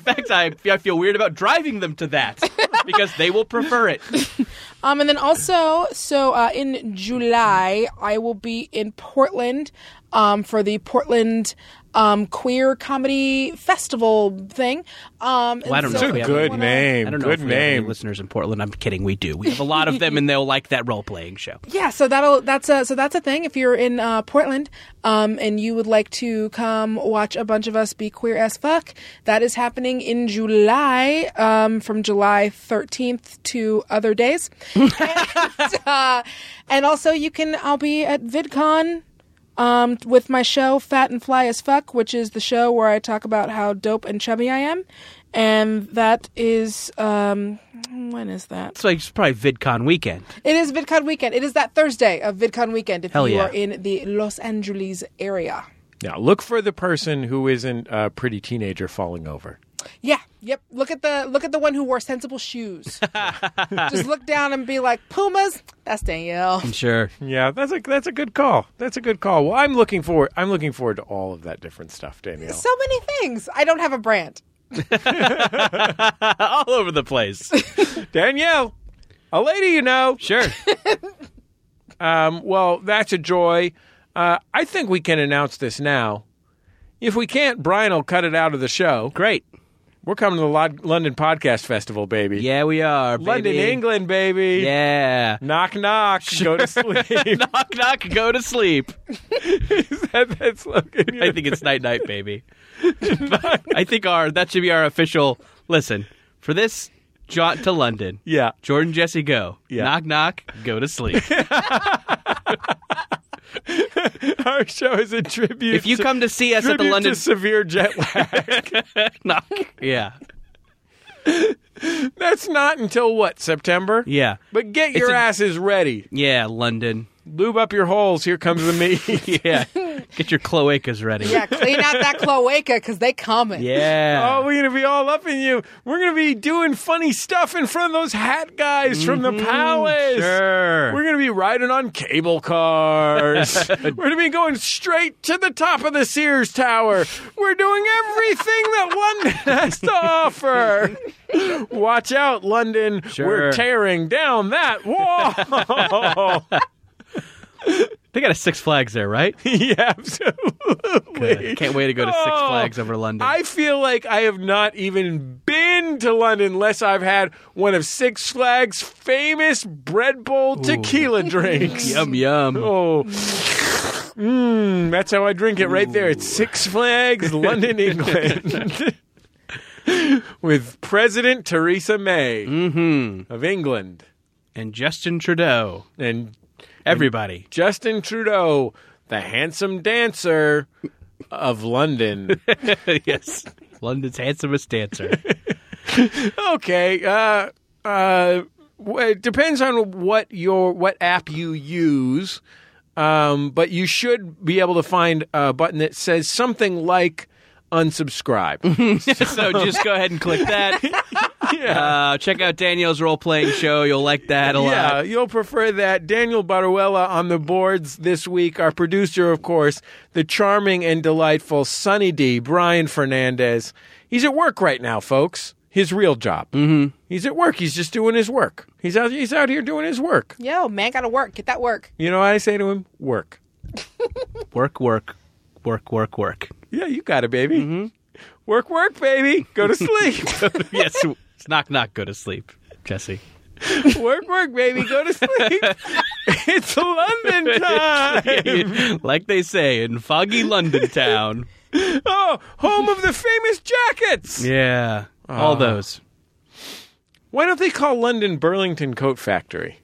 C: fact, I, I feel weird about driving them to that because they will prefer it.
D: Um, and then also, so uh, in July, I will be in Portland um, for the Portland um, Queer Comedy Festival thing. Um,
C: Well, I don't
D: and
C: know.
D: so
C: if we
D: if
C: have
D: you
C: any-
D: wanna-
E: name.
C: I don't know
E: Good
C: if we have any
E: name.
C: listeners in Portland. I'm kidding. We do. We have a lot of them, and they'll like that role playing show.
D: Yeah, so that'll that's a so that's a thing. If you're in uh, Portland, um, and you would like to come watch a bunch of us be queer as fuck, that is happening in July, um, from July 13th to other days. and, uh, and also, you can I'll be at VidCon. Um, with my show Fat and Fly as Fuck, which is the show where I talk about how dope and chubby I am, and that is um, when is that?
C: It's like it's probably VidCon weekend.
D: It is VidCon weekend. It is that Thursday of VidCon weekend if
E: Hell
D: you
E: yeah.
D: are in the Los Angeles area.
E: Now, look for the person who isn't a pretty teenager falling over.
D: Yeah, yep. Look at the look at the one who wore sensible shoes. Just look down and be like, Pumas, that's Danielle.
C: Sure.
E: Yeah, that's a that's a good call. That's a good call. Well, I'm looking forward. I'm looking forward to all of that different stuff, Danielle.
D: So many things. I don't have a brand.
C: All over the place.
E: Danielle, a lady you know.
C: Sure.
E: um, well, that's a joy. Uh, I think we can announce this now. If we can't, Brian will cut it out of the show.
C: Great.
E: We're coming to the Lod- London Podcast Festival, baby.
C: Yeah, we are.
E: London,
C: baby.
E: England, baby.
C: Yeah.
E: Knock, knock. Go to sleep.
C: knock, knock. Go to sleep.
E: that that slogan?
C: I think it's night, night, baby. I think our that should be our official. Listen for this jaunt to London.
E: Yeah.
C: Jordan Jesse go. Knock, knock. Go to sleep.
E: Our show is a tribute.
C: If you come to see us at the
E: tribute
C: London-
E: to severe jet lag.
C: knock. Yeah.
E: That's not until what September.
C: Yeah.
E: But get
C: It's
E: your
C: a-
E: asses ready.
C: Yeah. London.
E: Lube up your holes. Here comes the meat.
C: Yeah. Get your cloacas ready.
D: Yeah, clean out that cloaca because they coming.
C: Yeah.
E: Oh, we're gonna be all up in you. We're gonna be doing funny stuff in front of those hat guys from the
C: Mm-hmm.
E: palace.
C: sure.
E: We're gonna be riding on cable cars. we're gonna be going straight to the top of the Sears Tower. We're doing everything that London has to offer. Watch out, London. We're
C: Sure.
E: tearing down that wall.
C: They got a Six Flags there, right? Uh,
E: yeah, absolutely.
C: Can't wait to go to Six
E: Oh,
C: Flags over London.
E: I feel like I have not even been to London unless I've had one of Six Flags' famous bread bowl tequila drinks.
C: Yum yum.
E: Oh, Mmm, that's how I drink it right there. It's Six Flags, London, England. With President Theresa May of England.
C: And Justin Trudeau.
E: And
C: everybody.
E: Justin Trudeau, the handsome dancer of London.
C: yes. London's handsomest dancer.
E: okay. Uh, uh, w- it depends on what your what app you use, um, but you should be able to find a button that says something like unsubscribe.
C: so just go ahead and click that. Uh, check out Daniel's role playing show. You'll like that a
E: yeah,
C: lot.
E: you'll prefer that. Daniel Baruella on the boards this week. Our producer, of course, the charming and delightful Sonny D. Brian Fernandez. He's at work right now, folks. His real job. Mm-hmm. He's at work. He's just doing his work. He's out. He's out here doing his work.
D: Yo, man, gotta work. Get that work.
E: You know what I say to him? Work.
C: work, work, work, work, work.
E: Yeah, you got it, baby. Work, work, baby. Go to sleep.
C: yes. It's knock knock go to sleep, Jesse.
E: work, work, baby. Go to sleep. it's London time.
C: like they say in foggy London town.
E: oh, home of the famous jackets.
C: Yeah. All those.
E: Why don't they call London Burlington Coat Factory?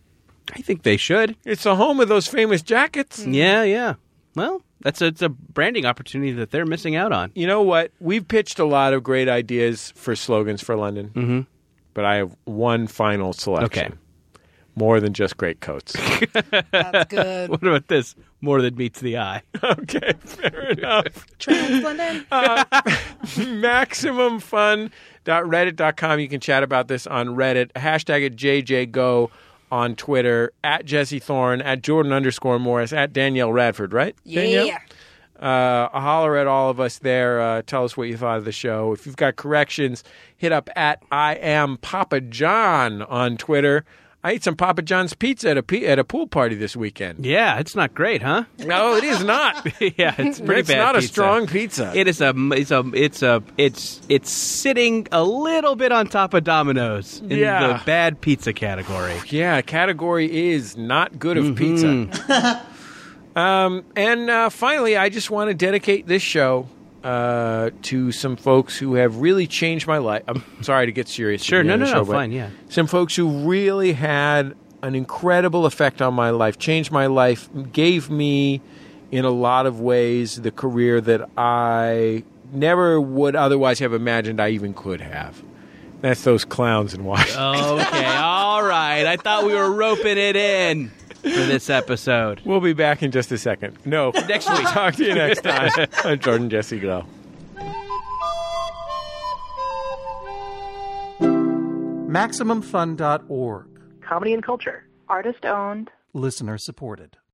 C: I think they should.
E: It's the home of those famous jackets.
C: Yeah, yeah. Well, that's a, it's a branding opportunity that they're missing out on.
E: You know what? We've pitched a lot of great ideas for slogans for London, mm-hmm. but I have one final selection.
C: Okay.
E: More than just great coats.
D: That's good.
C: What about this? More than meets the eye.
E: okay, fair enough.
D: Trans London.
E: MaximumFun.reddit.com. You can chat about this on Reddit. Hashtag it JJGo on Twitter. At Jesse Thorne. At Jordan underscore Morris. At Danielle Radford, right? Danielle?
D: yeah.
E: Uh, holler at all of us there. Uh, tell us what you thought of the show. If you've got corrections, hit up at I am Papa John on Twitter. I ate some Papa John's pizza at a pe- at a pool party this weekend.
C: Yeah, it's not great, huh?
E: No, it is not.
C: yeah, it's pretty
E: it's
C: bad.
E: not a
C: pizza.
E: strong pizza.
C: It is a it's a it's a it's it's sitting a little bit on top of Domino's in
E: Yeah.
C: the bad pizza category.
E: yeah, category is not good of pizza.
C: Mm-hmm.
E: um, and uh, finally, I just want to dedicate this show uh, to some folks who have really changed my life. I'm sorry to get serious. at
C: Sure,
E: the
C: no,
E: end
C: no,
E: of the
C: no,
E: show, but
C: fine, yeah.
E: Some folks who really had an incredible effect on my life, changed my life, gave me, in a lot of ways, the career that I never would otherwise have imagined I even could have. That's those clowns in Washington.
C: Okay, all right. I thought we were roping it in for this episode.
E: We'll be back in just a second. No,
C: Next week.
E: Talk to you next time on Jordan Jesse Go.
G: MaximumFun.org.
O: Comedy and culture. Artist owned.
G: Listener supported.